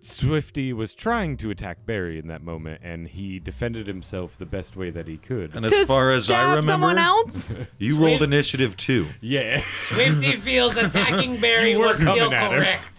[SPEAKER 3] Swifty was trying to attack Barry in that moment, and he defended himself the best way that he could.
[SPEAKER 9] And as To far as I stab someone remember-
[SPEAKER 4] else?
[SPEAKER 9] You rolled initiative two.
[SPEAKER 3] [laughs] Yeah.
[SPEAKER 10] Swifty feels
[SPEAKER 3] [laughs]
[SPEAKER 10] attacking Barry
[SPEAKER 3] You were
[SPEAKER 10] was still
[SPEAKER 3] coming at her.
[SPEAKER 10] correct.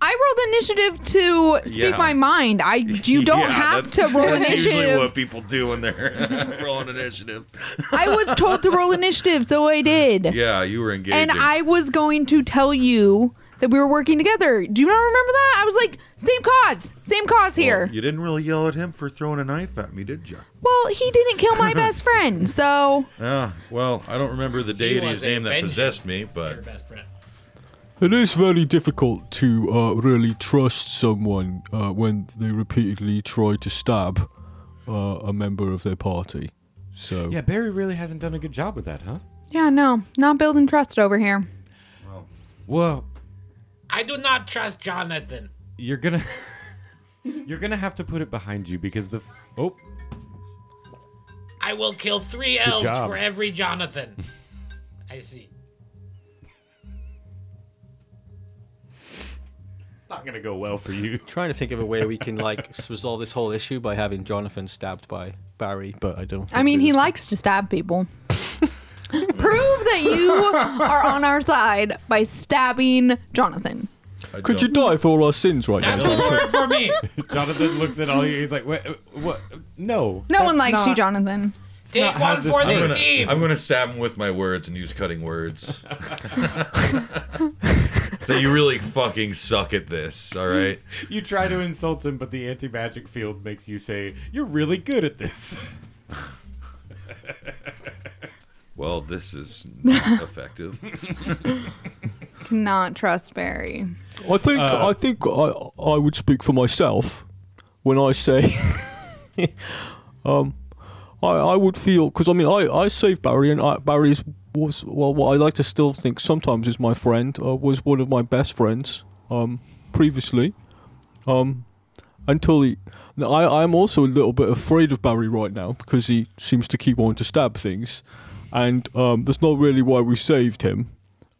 [SPEAKER 4] I rolled initiative to speak
[SPEAKER 9] Yeah.
[SPEAKER 4] my mind. I you don't
[SPEAKER 9] [laughs] Yeah,
[SPEAKER 4] have
[SPEAKER 9] that's-
[SPEAKER 4] to roll
[SPEAKER 9] that's usually
[SPEAKER 4] initiative.
[SPEAKER 9] what people do when they're [laughs] rolling initiative.
[SPEAKER 4] I was told to roll initiative, so I did.
[SPEAKER 9] [laughs] Yeah, you were engaging.
[SPEAKER 4] And I was going to tell you that we were working together. Do you not remember that? I was like, same cause, same cause here.
[SPEAKER 9] You didn't really yell at him for throwing a knife at me, did you?
[SPEAKER 4] Well, he didn't kill
[SPEAKER 9] [laughs]
[SPEAKER 4] my best friend, so
[SPEAKER 9] Ah, well, I don't remember the deity's
[SPEAKER 10] was a
[SPEAKER 9] name that
[SPEAKER 10] vengeance.
[SPEAKER 9] possessed me, but
[SPEAKER 8] It is very difficult to uh, really trust someone uh, when they repeatedly try to stab uh, a member of their party. So
[SPEAKER 3] Yeah, Barry really hasn't done a good job with that, huh?
[SPEAKER 4] yeah, no, not building trust over here.
[SPEAKER 3] Well,
[SPEAKER 5] I do not trust Jonathan.
[SPEAKER 3] you're gonna [laughs] you're gonna have to put it behind you because the oh
[SPEAKER 5] I will kill three
[SPEAKER 3] Good
[SPEAKER 5] elves
[SPEAKER 3] job.
[SPEAKER 5] for every Jonathan. [laughs] I see.
[SPEAKER 3] it's not gonna go well for you.
[SPEAKER 11] [laughs] Trying to think of a way we can like [laughs] s- resolve this whole issue by having Jonathan stabbed by Barry, but I don't.
[SPEAKER 4] I mean, he likes to stab people. Prove that you are on our side by stabbing Jonathan.
[SPEAKER 8] could you die for all our sins right now? Jonathan?
[SPEAKER 3] for me. Jonathan looks at all you. He's like, what? what? No.
[SPEAKER 4] No one
[SPEAKER 3] that's
[SPEAKER 4] likes you,
[SPEAKER 3] not-
[SPEAKER 4] Jonathan.
[SPEAKER 3] Take one for
[SPEAKER 9] I'm gonna, I'm gonna stab him with my words and use cutting words. [laughs] so you really fucking suck at this, all right?
[SPEAKER 3] You try to insult him, but the anti [laughs] magic field makes you say, You're really good at this.
[SPEAKER 9] Well, this is
[SPEAKER 3] [laughs]
[SPEAKER 9] not effective.
[SPEAKER 4] Cannot trust Barry.
[SPEAKER 8] I think I think I I would speak for myself when I say, [laughs] um, I I would feel because I mean I I saved Barry and I, Barry's was well what I like to still think sometimes is my friend uh, was one of my best friends um previously um until he now, I I'm also a little bit afraid of Barry right now because he seems to keep wanting to stab things and um that's not really why we saved him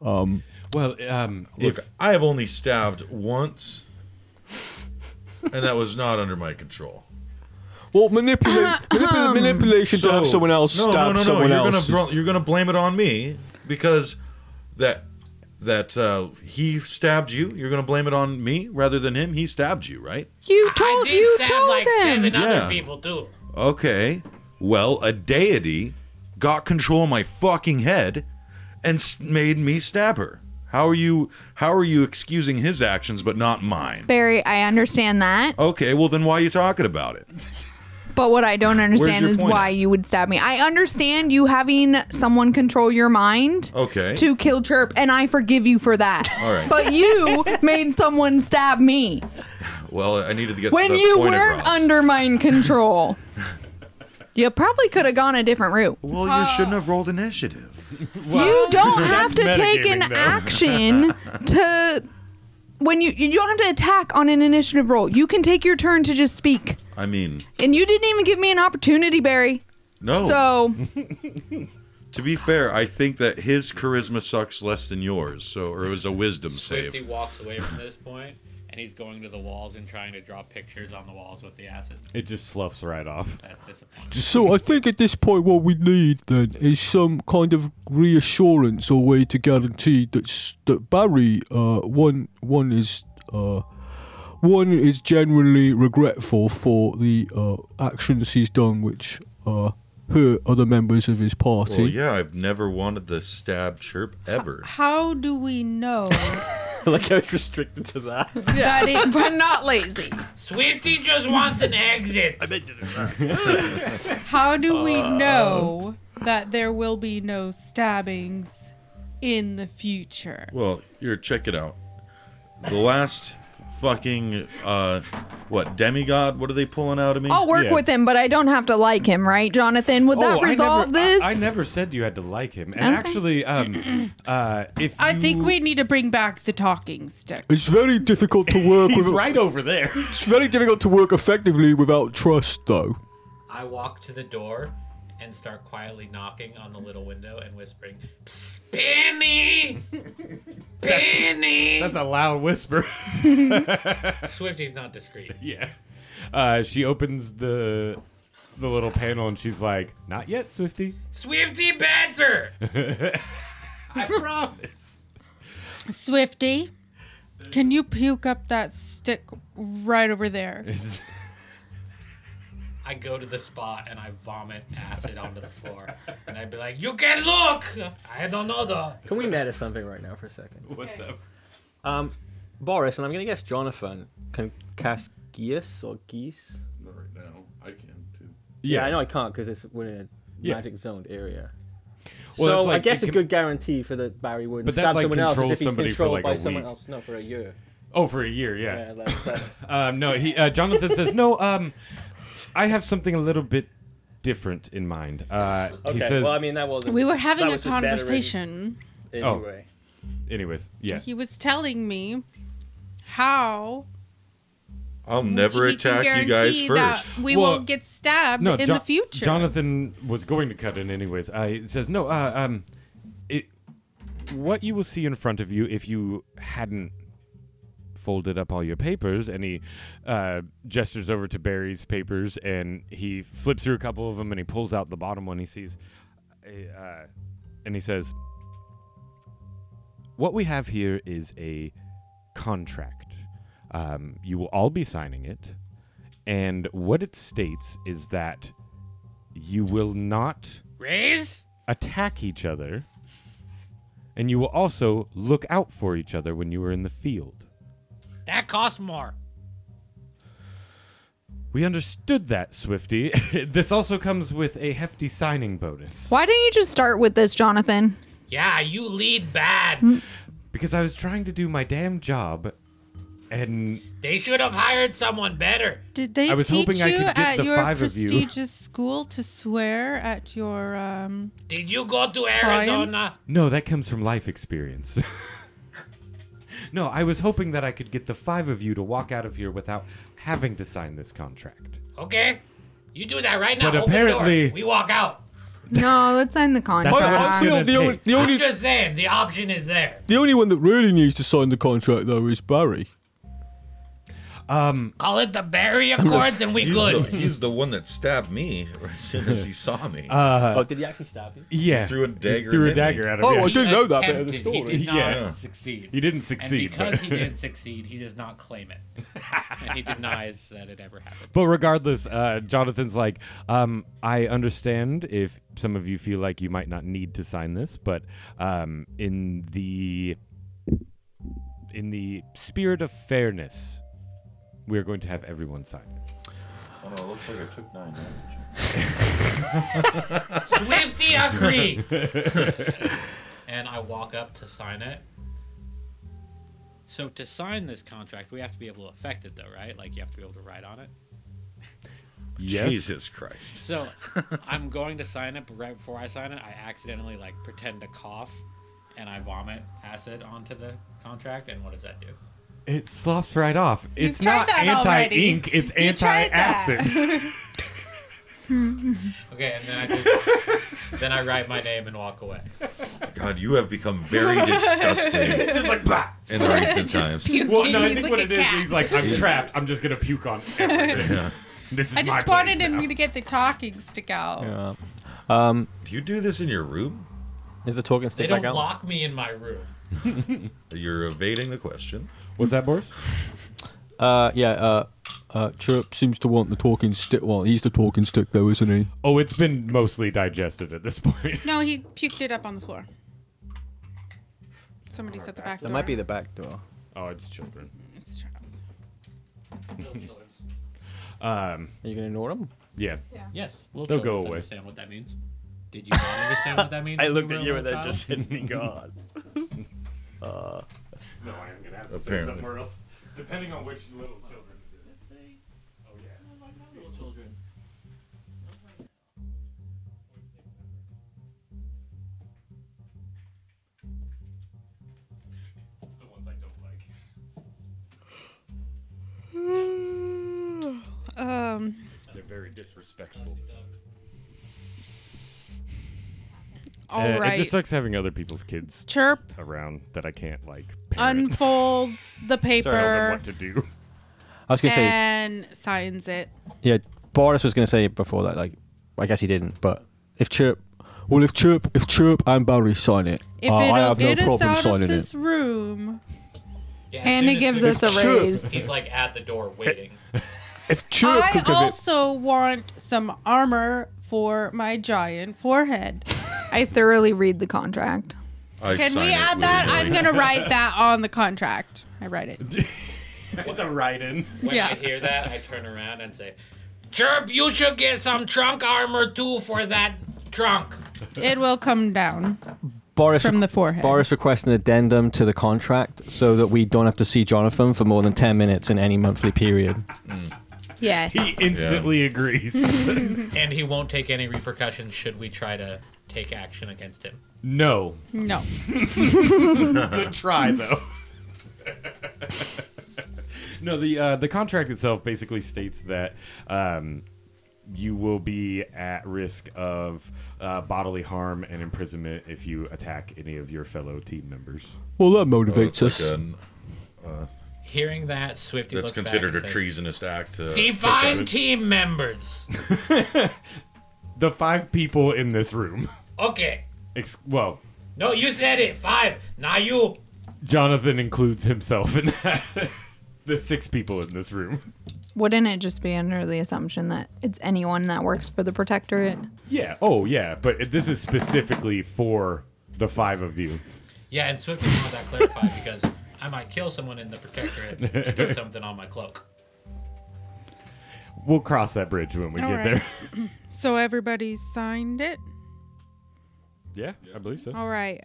[SPEAKER 8] um
[SPEAKER 3] well um
[SPEAKER 9] Look, I have only stabbed once, and that was not under my control.
[SPEAKER 8] Well, manipulate,
[SPEAKER 9] uh-huh.
[SPEAKER 8] manipulate manipulation to have
[SPEAKER 9] So-
[SPEAKER 8] someone else
[SPEAKER 9] no,
[SPEAKER 8] stab
[SPEAKER 9] no, no, no.
[SPEAKER 8] someone
[SPEAKER 9] you're
[SPEAKER 8] else.
[SPEAKER 9] Gonna, bl- you're going to blame it on me because that that uh, he stabbed you. You're going to blame it on me rather than him. He stabbed you, right?
[SPEAKER 4] You told
[SPEAKER 5] did
[SPEAKER 4] you
[SPEAKER 5] stab
[SPEAKER 4] told
[SPEAKER 5] like
[SPEAKER 4] him.
[SPEAKER 5] seven other
[SPEAKER 9] Yeah.
[SPEAKER 5] people too.
[SPEAKER 9] Okay. Well, a deity got control of my fucking head and s- made me stab her. How are you? How are you excusing his actions but not mine?
[SPEAKER 4] Barry, I understand that,
[SPEAKER 9] Okay. Well, then why are you talking about it?
[SPEAKER 4] but what I don't understand
[SPEAKER 9] your
[SPEAKER 4] is
[SPEAKER 9] point
[SPEAKER 4] why you would stab me. I understand you having someone control your mind
[SPEAKER 9] Okay.
[SPEAKER 4] to kill Chirp, and I forgive you for that.
[SPEAKER 9] All right.
[SPEAKER 4] But
[SPEAKER 9] [laughs]
[SPEAKER 4] you made someone stab me
[SPEAKER 9] Well, I needed to get
[SPEAKER 4] when
[SPEAKER 9] the
[SPEAKER 4] you
[SPEAKER 9] point
[SPEAKER 4] weren't
[SPEAKER 9] across.
[SPEAKER 4] under mind control. you probably could have gone a different route.
[SPEAKER 9] Well, you shouldn't have
[SPEAKER 4] [laughs]
[SPEAKER 9] rolled initiative.
[SPEAKER 4] you don't have to take an
[SPEAKER 9] metagaming, though. [laughs]
[SPEAKER 4] action to when you you don't have to attack on an initiative roll. You can take your turn to just speak.
[SPEAKER 9] I mean,
[SPEAKER 4] And you didn't even give me an opportunity, Barry.
[SPEAKER 9] no. [laughs]
[SPEAKER 4] So
[SPEAKER 9] To be fair, I think that his charisma sucks less than yours, so or it was a wisdom
[SPEAKER 5] Swifty
[SPEAKER 9] save.
[SPEAKER 5] walks away from this point, and he's going to the walls and trying to draw pictures on the walls with the acid.
[SPEAKER 3] It just sloughs right off.
[SPEAKER 5] That's disappointing.
[SPEAKER 8] So I think at this point, what we need then is some kind of reassurance or way to guarantee that s- that Barry, uh, one one is uh, one is genuinely regretful for the uh, actions he's done, which uh, hurt other members of his party.
[SPEAKER 9] Well, yeah, I've never wanted to stab chirp ever.
[SPEAKER 7] [laughs] How do we
[SPEAKER 4] [laughs]
[SPEAKER 7] know
[SPEAKER 9] like [laughs] I was restricted to that.
[SPEAKER 4] that it, but not lazy.
[SPEAKER 5] Swifty just wants an exit.
[SPEAKER 7] [laughs]
[SPEAKER 5] [laughs]
[SPEAKER 7] How do we
[SPEAKER 5] Uh.
[SPEAKER 7] know that there will be no stabbings in the future?
[SPEAKER 9] Well, here, check it out. The last fucking uh, what demigod? What are they pulling out of me?
[SPEAKER 4] I'll work with him, but I don't have to like him, right, Jonathan? Would that
[SPEAKER 3] Oh, I
[SPEAKER 4] resolve
[SPEAKER 3] never- I-
[SPEAKER 4] this?
[SPEAKER 3] I, never said you had to like him. And
[SPEAKER 4] Okay.
[SPEAKER 3] actually, um, [clears throat] uh, if
[SPEAKER 7] I think
[SPEAKER 3] you-
[SPEAKER 7] we need to bring back the talking stick.
[SPEAKER 8] It's very difficult to
[SPEAKER 9] [laughs]
[SPEAKER 8] work.
[SPEAKER 7] He's
[SPEAKER 8] with,
[SPEAKER 7] right
[SPEAKER 3] over there.
[SPEAKER 8] It's very difficult to work effectively without trust, though.
[SPEAKER 5] I walk to the door and start quietly knocking on the little window and whispering, "Psst, [laughs] Penny! [laughs] Penny!
[SPEAKER 3] that's a
[SPEAKER 7] [laughs]
[SPEAKER 3] loud whisper. [laughs]
[SPEAKER 5] Swifty's not discreet.
[SPEAKER 3] Yeah. Uh, she opens the the little panel and she's like, "Not yet, Swifty." [laughs]
[SPEAKER 5] Swifty Badger!
[SPEAKER 7] [laughs]
[SPEAKER 5] I
[SPEAKER 3] promise.
[SPEAKER 7] Swifty, can you puke up that stick right over there?
[SPEAKER 5] I go to the spot and I vomit acid onto the floor. And I'd be like, You can look! I don't know though.
[SPEAKER 11] Can we meta something right now for a
[SPEAKER 3] [laughs]
[SPEAKER 11] second?
[SPEAKER 5] What's up?
[SPEAKER 11] Um, Boris, and I'm gonna guess Jonathan can cast Geese or Geese.
[SPEAKER 9] Not right now. I can too.
[SPEAKER 11] Yeah,
[SPEAKER 3] Yeah.
[SPEAKER 11] I know I can't because it's we're in a
[SPEAKER 3] Yeah.
[SPEAKER 11] magic zoned area.
[SPEAKER 3] Well,
[SPEAKER 11] so
[SPEAKER 3] it's like
[SPEAKER 11] I guess
[SPEAKER 3] it
[SPEAKER 11] a
[SPEAKER 3] can-
[SPEAKER 11] good guarantee for that Barry wouldn't
[SPEAKER 3] But that,
[SPEAKER 11] stab
[SPEAKER 3] like,
[SPEAKER 11] someone else is
[SPEAKER 3] controls
[SPEAKER 11] if he's
[SPEAKER 3] somebody for,
[SPEAKER 11] controlled
[SPEAKER 3] like,
[SPEAKER 11] by
[SPEAKER 3] a
[SPEAKER 11] someone
[SPEAKER 3] week.
[SPEAKER 11] else. No, for a year.
[SPEAKER 3] Oh, for a year, yeah.
[SPEAKER 11] Yeah, like seven.
[SPEAKER 3] [laughs] um, no, he uh, Jonathan says no. Um, I have something a little bit different in mind. Uh,
[SPEAKER 11] Okay.
[SPEAKER 3] he says,
[SPEAKER 11] well, I mean that wasn't.
[SPEAKER 7] We were having
[SPEAKER 11] that
[SPEAKER 7] a
[SPEAKER 11] was just bad written.
[SPEAKER 7] conversation.
[SPEAKER 11] Anyway.
[SPEAKER 3] "Oh, anyways, yeah."
[SPEAKER 7] He was telling me how
[SPEAKER 9] I'll never
[SPEAKER 7] he can
[SPEAKER 9] attack you guys
[SPEAKER 7] guarantee
[SPEAKER 9] first.
[SPEAKER 7] that we
[SPEAKER 3] Well,
[SPEAKER 7] won't get stabbed
[SPEAKER 3] no,
[SPEAKER 7] in
[SPEAKER 3] Jo-
[SPEAKER 7] the future.
[SPEAKER 3] Jonathan was going to cut in anyways. Uh, he says, "No, uh, um, it, what you will see in front of you if you hadn't folded up all your papers." And he uh, gestures over to Barry's papers, and he flips through a couple of them, and he pulls out the bottom one he sees, a, uh, and he says, "What we have here is a contract. Um, you will all be signing it." And what it states is that you will not
[SPEAKER 5] Raise?
[SPEAKER 3] attack each other, and you will also look out for each other when you are in the field.
[SPEAKER 5] That costs more.
[SPEAKER 3] We understood that, Swifty. [laughs] this also comes with a hefty signing bonus.
[SPEAKER 4] Why didn't you just start with this, Jonathan?
[SPEAKER 5] Yeah, you lead bad.
[SPEAKER 3] Because I was trying to do my damn job, and
[SPEAKER 5] They should have hired someone better.
[SPEAKER 7] Did they
[SPEAKER 3] I was
[SPEAKER 7] teach
[SPEAKER 3] hoping I
[SPEAKER 7] you
[SPEAKER 3] could get
[SPEAKER 7] at
[SPEAKER 3] the
[SPEAKER 7] your
[SPEAKER 3] five of you.
[SPEAKER 7] prestigious school to swear at your um?
[SPEAKER 5] Did you go to Arizona?
[SPEAKER 3] no, that comes from life experience. [laughs] no, I was hoping that I could get the five of you to walk out of here without having to sign this contract.
[SPEAKER 5] Okay, you do that right now.
[SPEAKER 3] But
[SPEAKER 5] Open the
[SPEAKER 3] apparently-
[SPEAKER 5] door. we walk out.
[SPEAKER 4] No, let's sign the contract.
[SPEAKER 8] what I feel the only, the
[SPEAKER 5] I'm
[SPEAKER 8] only
[SPEAKER 5] just saying the option is there.
[SPEAKER 8] the only one that really needs to sign the contract though is Barry.
[SPEAKER 3] Um,
[SPEAKER 5] Call it the Barry
[SPEAKER 8] I'm gonna
[SPEAKER 5] Accords, and we
[SPEAKER 9] he's
[SPEAKER 5] good.
[SPEAKER 9] The, he's the one that stabbed me [laughs] as soon as he saw me.
[SPEAKER 3] Uh,
[SPEAKER 11] oh, did he actually stab you?
[SPEAKER 3] Yeah,
[SPEAKER 9] He threw a dagger.
[SPEAKER 3] threw a
[SPEAKER 9] at me.
[SPEAKER 3] dagger at him. yeah.
[SPEAKER 5] Attempted. He did not succeed.
[SPEAKER 3] He didn't succeed.
[SPEAKER 5] And because
[SPEAKER 3] but-
[SPEAKER 5] he didn't succeed, he does not claim
[SPEAKER 3] [laughs]
[SPEAKER 5] it, and he denies that it ever happened.
[SPEAKER 3] But regardless, uh, Jonathan's like, um, I understand if some of you feel like you might not need to sign this, but um, in the in the spirit of fairness, we are going to have everyone sign it.
[SPEAKER 9] Oh, it looks like I took nine damage.
[SPEAKER 5] [laughs] Swifty agree. and I walk up to sign it. So to sign this contract, we have to be able to affect it, though, right? Like you have to be able to write on it.
[SPEAKER 3] Yes.
[SPEAKER 9] Jesus Christ. [laughs]
[SPEAKER 5] So I'm going to sign it, but right before I sign it, I accidentally like pretend to cough, and I vomit acid onto the contract. And what
[SPEAKER 9] [laughs]
[SPEAKER 5] does that do?
[SPEAKER 3] It sloughs right off.
[SPEAKER 5] You've
[SPEAKER 3] it's not
[SPEAKER 5] tried that
[SPEAKER 3] anti
[SPEAKER 5] already.
[SPEAKER 3] ink, it's
[SPEAKER 5] You
[SPEAKER 3] anti
[SPEAKER 5] tried that.
[SPEAKER 3] acid.
[SPEAKER 5] [laughs] Okay, and then I do, then I write my name and walk away.
[SPEAKER 9] God, you have become
[SPEAKER 7] [laughs]
[SPEAKER 9] very
[SPEAKER 5] [laughs]
[SPEAKER 9] disgusting.
[SPEAKER 5] Just like, bah!
[SPEAKER 9] In the recent
[SPEAKER 5] [laughs] Just
[SPEAKER 9] times.
[SPEAKER 5] puking.
[SPEAKER 3] well, no, I
[SPEAKER 7] He's
[SPEAKER 3] think
[SPEAKER 7] like
[SPEAKER 3] what
[SPEAKER 7] a
[SPEAKER 3] it is,
[SPEAKER 7] cat.
[SPEAKER 3] he's like, I'm
[SPEAKER 9] Yeah.
[SPEAKER 3] trapped. I'm just going to
[SPEAKER 7] [laughs]
[SPEAKER 3] puke on everything.
[SPEAKER 9] Yeah.
[SPEAKER 3] [laughs] This is
[SPEAKER 7] I
[SPEAKER 3] my
[SPEAKER 7] just
[SPEAKER 3] place
[SPEAKER 7] wanted
[SPEAKER 3] now.
[SPEAKER 7] him to get the talking stick out.
[SPEAKER 11] Yeah. Um,
[SPEAKER 9] do you do this in your room?
[SPEAKER 11] Is the token
[SPEAKER 5] They
[SPEAKER 11] stick
[SPEAKER 5] don't
[SPEAKER 11] back out?
[SPEAKER 5] lock me in my room.
[SPEAKER 9] You're evading the question.
[SPEAKER 3] Was that Boris?
[SPEAKER 11] Uh, yeah. Uh,
[SPEAKER 8] Uh, Chirp seems to want the talking stick. Well, he's the talking stick though, isn't he?
[SPEAKER 3] Oh, it's been mostly digested at this point.
[SPEAKER 7] No, he puked it up on the floor. Somebody's at the back door.
[SPEAKER 11] That might be the back door.
[SPEAKER 3] Oh,
[SPEAKER 20] [laughs]
[SPEAKER 3] it's children.
[SPEAKER 7] It's true.
[SPEAKER 3] Um,
[SPEAKER 11] Are you gonna ignore them?
[SPEAKER 3] Yeah.
[SPEAKER 5] Yes, little
[SPEAKER 3] They'll
[SPEAKER 5] They'll
[SPEAKER 3] go
[SPEAKER 5] go
[SPEAKER 3] away.
[SPEAKER 5] Understand what that means? Did you not understand what that means?
[SPEAKER 11] I
[SPEAKER 5] when
[SPEAKER 11] looked
[SPEAKER 5] were
[SPEAKER 11] at
[SPEAKER 5] a
[SPEAKER 11] you
[SPEAKER 5] little
[SPEAKER 11] and then
[SPEAKER 5] child?
[SPEAKER 11] just hit me,
[SPEAKER 5] [laughs]
[SPEAKER 11] God.
[SPEAKER 3] Uh, no, I am gonna have to say
[SPEAKER 9] Apparently.
[SPEAKER 3] somewhere else, depending on which little children. Oh,
[SPEAKER 7] [sighs]
[SPEAKER 3] Uh,
[SPEAKER 7] Um,
[SPEAKER 3] They're very disrespectful.
[SPEAKER 7] All right.
[SPEAKER 3] It just sucks having other people's kids
[SPEAKER 7] Chirp.
[SPEAKER 3] around that I can't like.
[SPEAKER 7] unfolds
[SPEAKER 3] [laughs]
[SPEAKER 7] the paper.
[SPEAKER 3] Tell them what to do.
[SPEAKER 11] I was gonna say-
[SPEAKER 7] and signs it.
[SPEAKER 11] Yeah, Boris was gonna say before that, like, I guess he didn't, but if Chirp,
[SPEAKER 8] Well, if Chirp, if Chirp and Barry sign it,
[SPEAKER 7] If
[SPEAKER 8] uh,
[SPEAKER 7] it'll
[SPEAKER 8] I have no
[SPEAKER 7] get us
[SPEAKER 8] problem
[SPEAKER 7] out of
[SPEAKER 8] signing it.
[SPEAKER 7] this room,
[SPEAKER 5] Yeah, as
[SPEAKER 4] And
[SPEAKER 5] soon
[SPEAKER 4] it
[SPEAKER 5] as
[SPEAKER 4] gives
[SPEAKER 5] we-
[SPEAKER 4] us a Sure. raise.
[SPEAKER 5] He's like at the door waiting.
[SPEAKER 8] If Chirp
[SPEAKER 7] I
[SPEAKER 8] could give it,
[SPEAKER 7] also want some armor for my giant
[SPEAKER 3] [laughs]
[SPEAKER 7] forehead.
[SPEAKER 4] I thoroughly read the contract.
[SPEAKER 9] I
[SPEAKER 7] Can
[SPEAKER 9] sign
[SPEAKER 7] we
[SPEAKER 9] it
[SPEAKER 7] add
[SPEAKER 9] with
[SPEAKER 7] that?
[SPEAKER 9] a
[SPEAKER 7] I'm
[SPEAKER 9] like-
[SPEAKER 7] gonna
[SPEAKER 3] [laughs]
[SPEAKER 7] write that on the contract. I write it.
[SPEAKER 3] it's a write-in.
[SPEAKER 5] When
[SPEAKER 7] Yeah.
[SPEAKER 5] I hear that, I turn around and say, "Chirp, you should get some trunk armor too for that trunk."
[SPEAKER 7] It will come down.
[SPEAKER 11] Boris
[SPEAKER 7] From the forehead.
[SPEAKER 11] Boris requests an addendum to the contract so that we don't have to see Jonathan for more than ten minutes in any monthly period.
[SPEAKER 4] Yes.
[SPEAKER 3] He instantly agrees.
[SPEAKER 7] [laughs]
[SPEAKER 4] [laughs]
[SPEAKER 5] and he won't take any repercussions should we try to take action against him.
[SPEAKER 3] No.
[SPEAKER 7] No.
[SPEAKER 3] [laughs] Good try though. no, the uh, the contract itself basically states that um, you will be at risk of uh, bodily harm and imprisonment if you attack any of your fellow team members.
[SPEAKER 8] well, that motivates
[SPEAKER 9] Oh,
[SPEAKER 8] us.
[SPEAKER 9] it's like an, uh,
[SPEAKER 5] [laughs] Hearing that, Swifty
[SPEAKER 9] that's
[SPEAKER 5] looks back
[SPEAKER 9] considered
[SPEAKER 5] and
[SPEAKER 9] a
[SPEAKER 5] says,
[SPEAKER 9] treasonous act. To
[SPEAKER 5] Define team members.
[SPEAKER 3] The five people in this room.
[SPEAKER 10] Oh.
[SPEAKER 5] Okay.
[SPEAKER 3] Ex- well,
[SPEAKER 5] No, you said it. Five. Now
[SPEAKER 3] [laughs]
[SPEAKER 5] you.
[SPEAKER 3] Jonathan includes himself in that. [laughs] the six people in this room.
[SPEAKER 4] [laughs] Wouldn't it just be under the assumption that it's anyone that works for the protectorate?
[SPEAKER 3] Yeah. Oh, yeah. But this is specifically for the five of you.
[SPEAKER 5] Yeah, and Swifty wanted that clarified because I might kill someone in the protectorate if I put something on my cloak.
[SPEAKER 3] we'll cross that bridge when we
[SPEAKER 7] All
[SPEAKER 3] get
[SPEAKER 7] right.
[SPEAKER 3] there.
[SPEAKER 7] [clears throat] so everybody signed it.
[SPEAKER 3] yeah, I believe so.
[SPEAKER 7] All right.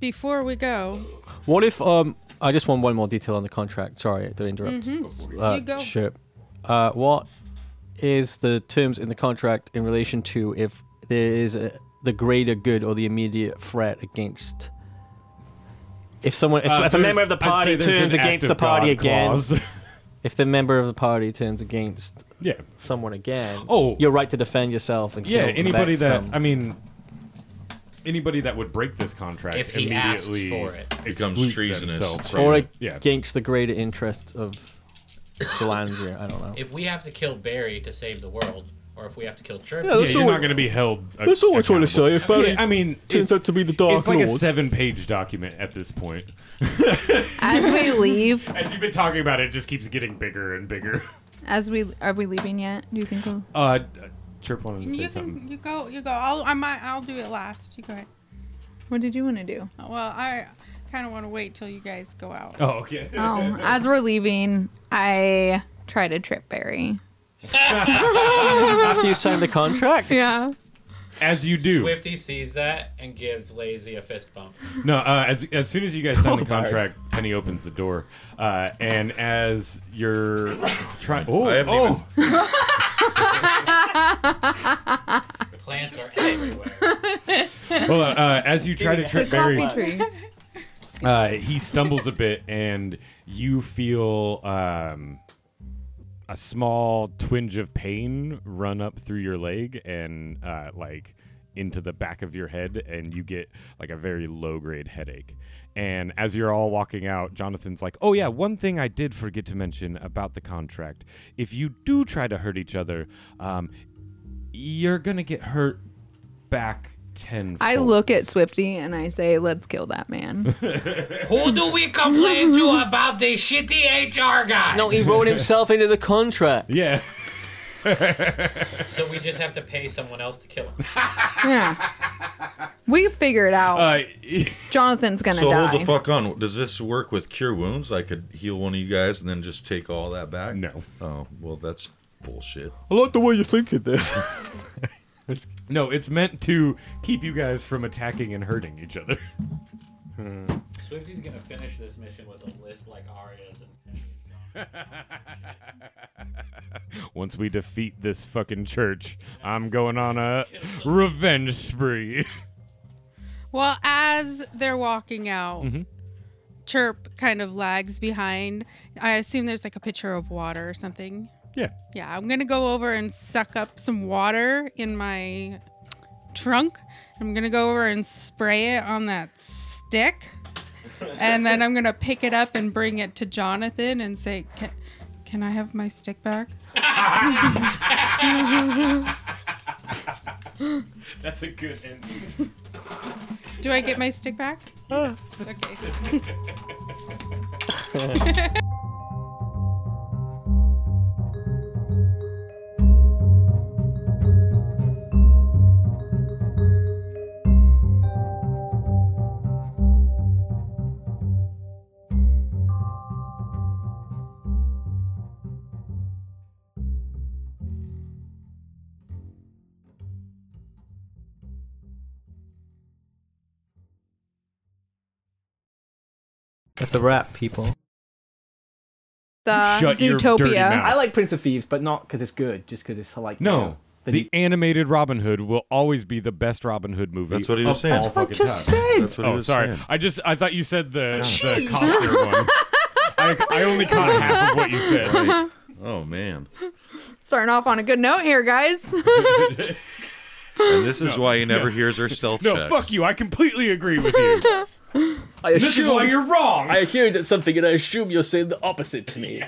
[SPEAKER 7] Before we go,
[SPEAKER 11] What if um I just want one more detail on the contract. Sorry to interrupt.
[SPEAKER 7] Mhm.
[SPEAKER 11] Uh,
[SPEAKER 7] You go.
[SPEAKER 11] Sure. Uh, what is the terms in the contract in relation to if there is a, the greater good or the immediate threat against? If someone, if,
[SPEAKER 3] Uh,
[SPEAKER 11] if a member of the
[SPEAKER 3] there's- I'd say
[SPEAKER 11] party
[SPEAKER 3] there's
[SPEAKER 11] turns
[SPEAKER 3] an act
[SPEAKER 11] against
[SPEAKER 3] of
[SPEAKER 11] the party
[SPEAKER 3] God
[SPEAKER 11] again,
[SPEAKER 3] clause. [laughs]
[SPEAKER 11] if the member of the party turns against
[SPEAKER 3] yeah.
[SPEAKER 11] someone again,
[SPEAKER 3] Oh.
[SPEAKER 11] your right to defend yourself and
[SPEAKER 3] Yeah,
[SPEAKER 11] kill the
[SPEAKER 3] anybody
[SPEAKER 11] next
[SPEAKER 3] that
[SPEAKER 11] them.
[SPEAKER 3] I mean, anybody that would break this contract
[SPEAKER 11] If he asks
[SPEAKER 3] immediately
[SPEAKER 11] for it.
[SPEAKER 9] Becomes
[SPEAKER 3] excludes
[SPEAKER 9] treasonous.
[SPEAKER 3] themselves from
[SPEAKER 11] or
[SPEAKER 3] it. yeah.
[SPEAKER 11] against the greater interests of Solandria. I don't
[SPEAKER 3] [laughs]
[SPEAKER 11] know.
[SPEAKER 18] If we have to kill Barry to save the world, or if we have to kill Chirp,
[SPEAKER 11] Yeah, that's
[SPEAKER 3] Yeah, you're
[SPEAKER 11] all-
[SPEAKER 3] not going to be held. ac-
[SPEAKER 8] That's all we're trying to
[SPEAKER 3] accountable.
[SPEAKER 8] say. If Barry
[SPEAKER 3] Yeah, I mean,
[SPEAKER 8] turns
[SPEAKER 3] it's-
[SPEAKER 8] out to be the Dark
[SPEAKER 3] it's like a
[SPEAKER 8] Lord.
[SPEAKER 3] seven-page document at this point.
[SPEAKER 4] As
[SPEAKER 9] [laughs]
[SPEAKER 4] we leave,
[SPEAKER 3] As you've been talking about, it, it just keeps getting bigger and bigger.
[SPEAKER 4] as we are we leaving yet? Do you think we'll?
[SPEAKER 3] Uh, Chirp wanted to say
[SPEAKER 7] you
[SPEAKER 3] something.
[SPEAKER 7] can you go you go. I'll I might I'll do it last. You go ahead. Oh,
[SPEAKER 4] What did you want to do?
[SPEAKER 7] Well, I kind of want to wait till you guys go out.
[SPEAKER 3] Oh, okay.
[SPEAKER 4] Oh,
[SPEAKER 7] [laughs]
[SPEAKER 4] as we're [laughs] leaving, I try to trip Barry.
[SPEAKER 3] [laughs]
[SPEAKER 11] After you sign the
[SPEAKER 5] [laughs]
[SPEAKER 11] contract?
[SPEAKER 4] Yeah.
[SPEAKER 3] As you do.
[SPEAKER 5] Swifty sees that and gives Lazy a fist bump.
[SPEAKER 3] No, uh, as as soon as you guys sign the
[SPEAKER 5] Oh, Barry.
[SPEAKER 3] contract, Penny opens the door, uh, and as you're trying, oh,
[SPEAKER 9] I haven't
[SPEAKER 3] oh,
[SPEAKER 5] Plants are everywhere.
[SPEAKER 3] [laughs] well, uh, uh, as you try to
[SPEAKER 5] The
[SPEAKER 3] trip
[SPEAKER 5] coffee
[SPEAKER 3] Barry,
[SPEAKER 5] tree.
[SPEAKER 3] uh, he stumbles a bit, and you feel um, a small twinge of pain run up through your leg and uh, like into the back of your head, and you get like a very low grade headache. And as you're all walking out, Jonathan's like, "Oh yeah, one thing I did forget to mention about the contract: if you do try to hurt each other, um, you're gonna get hurt back ten.
[SPEAKER 4] I look at Swifty and I say, "Let's kill that man."
[SPEAKER 5] Who do we complain to about the shitty HR guy?
[SPEAKER 11] No, he wrote
[SPEAKER 3] [laughs]
[SPEAKER 11] himself into the contract.
[SPEAKER 3] Yeah.
[SPEAKER 5] [laughs] so we just have to pay someone else to kill him.
[SPEAKER 4] yeah. We figure it out.
[SPEAKER 3] Uh,
[SPEAKER 9] [laughs]
[SPEAKER 4] Jonathan's gonna
[SPEAKER 9] so
[SPEAKER 4] die.
[SPEAKER 9] hold the fuck on. Does this work with cure wounds? I could heal one of you guys and then just take all that back.
[SPEAKER 3] No.
[SPEAKER 9] Oh well, that's bullshit.
[SPEAKER 8] I like the way you're thinking there.
[SPEAKER 3] [laughs] No, it's meant to keep you guys from attacking and hurting each other. Hmm.
[SPEAKER 5] Swifty's gonna finish this mission with a list like Arya's and
[SPEAKER 3] [laughs] Once we defeat this fucking church, I'm going on a revenge spree.
[SPEAKER 7] Well, as they're walking out,
[SPEAKER 3] Mhm.
[SPEAKER 7] Chirp kind of lags behind. I assume there's like a pitcher of water or something.
[SPEAKER 3] Yeah.
[SPEAKER 7] Yeah, I'm going to go over and suck up some water in my trunk. I'm going to go over and spray it on that stick. and then I'm going to pick it up and bring it to Jonathan and say, can, can I have my stick back?
[SPEAKER 3] [laughs]
[SPEAKER 7] [laughs]
[SPEAKER 3] That's a good end.
[SPEAKER 7] Do I get my stick back?
[SPEAKER 3] Yes.
[SPEAKER 7] Okay.
[SPEAKER 11] That's a wrap, people.
[SPEAKER 4] the Zootopia.
[SPEAKER 20] I like Prince of Thieves, but not because it's good, just because it's like
[SPEAKER 3] No.
[SPEAKER 20] You know,
[SPEAKER 3] the, animated Robin Hood will always be the best Robin Hood movie.
[SPEAKER 9] That's what he was
[SPEAKER 3] of
[SPEAKER 9] saying.
[SPEAKER 3] all
[SPEAKER 9] That's what I
[SPEAKER 3] fucking
[SPEAKER 9] just
[SPEAKER 3] time.
[SPEAKER 9] said. That's what he
[SPEAKER 3] oh,
[SPEAKER 9] was
[SPEAKER 3] sorry.
[SPEAKER 9] saying.
[SPEAKER 3] I just I thought you said the, the
[SPEAKER 9] Jeez.
[SPEAKER 3] costume one. I, I only caught half of what
[SPEAKER 4] [laughs]
[SPEAKER 3] you said.
[SPEAKER 4] Right.
[SPEAKER 9] Oh man.
[SPEAKER 4] Starting off on a good note here, guys. [laughs]
[SPEAKER 9] And this is why he never hears her stealth
[SPEAKER 3] No,
[SPEAKER 9] checks.
[SPEAKER 3] fuck you. I completely agree with you.
[SPEAKER 20] I
[SPEAKER 3] This is why you're wrong.
[SPEAKER 20] I hear that something, and I assume you're saying the opposite to me.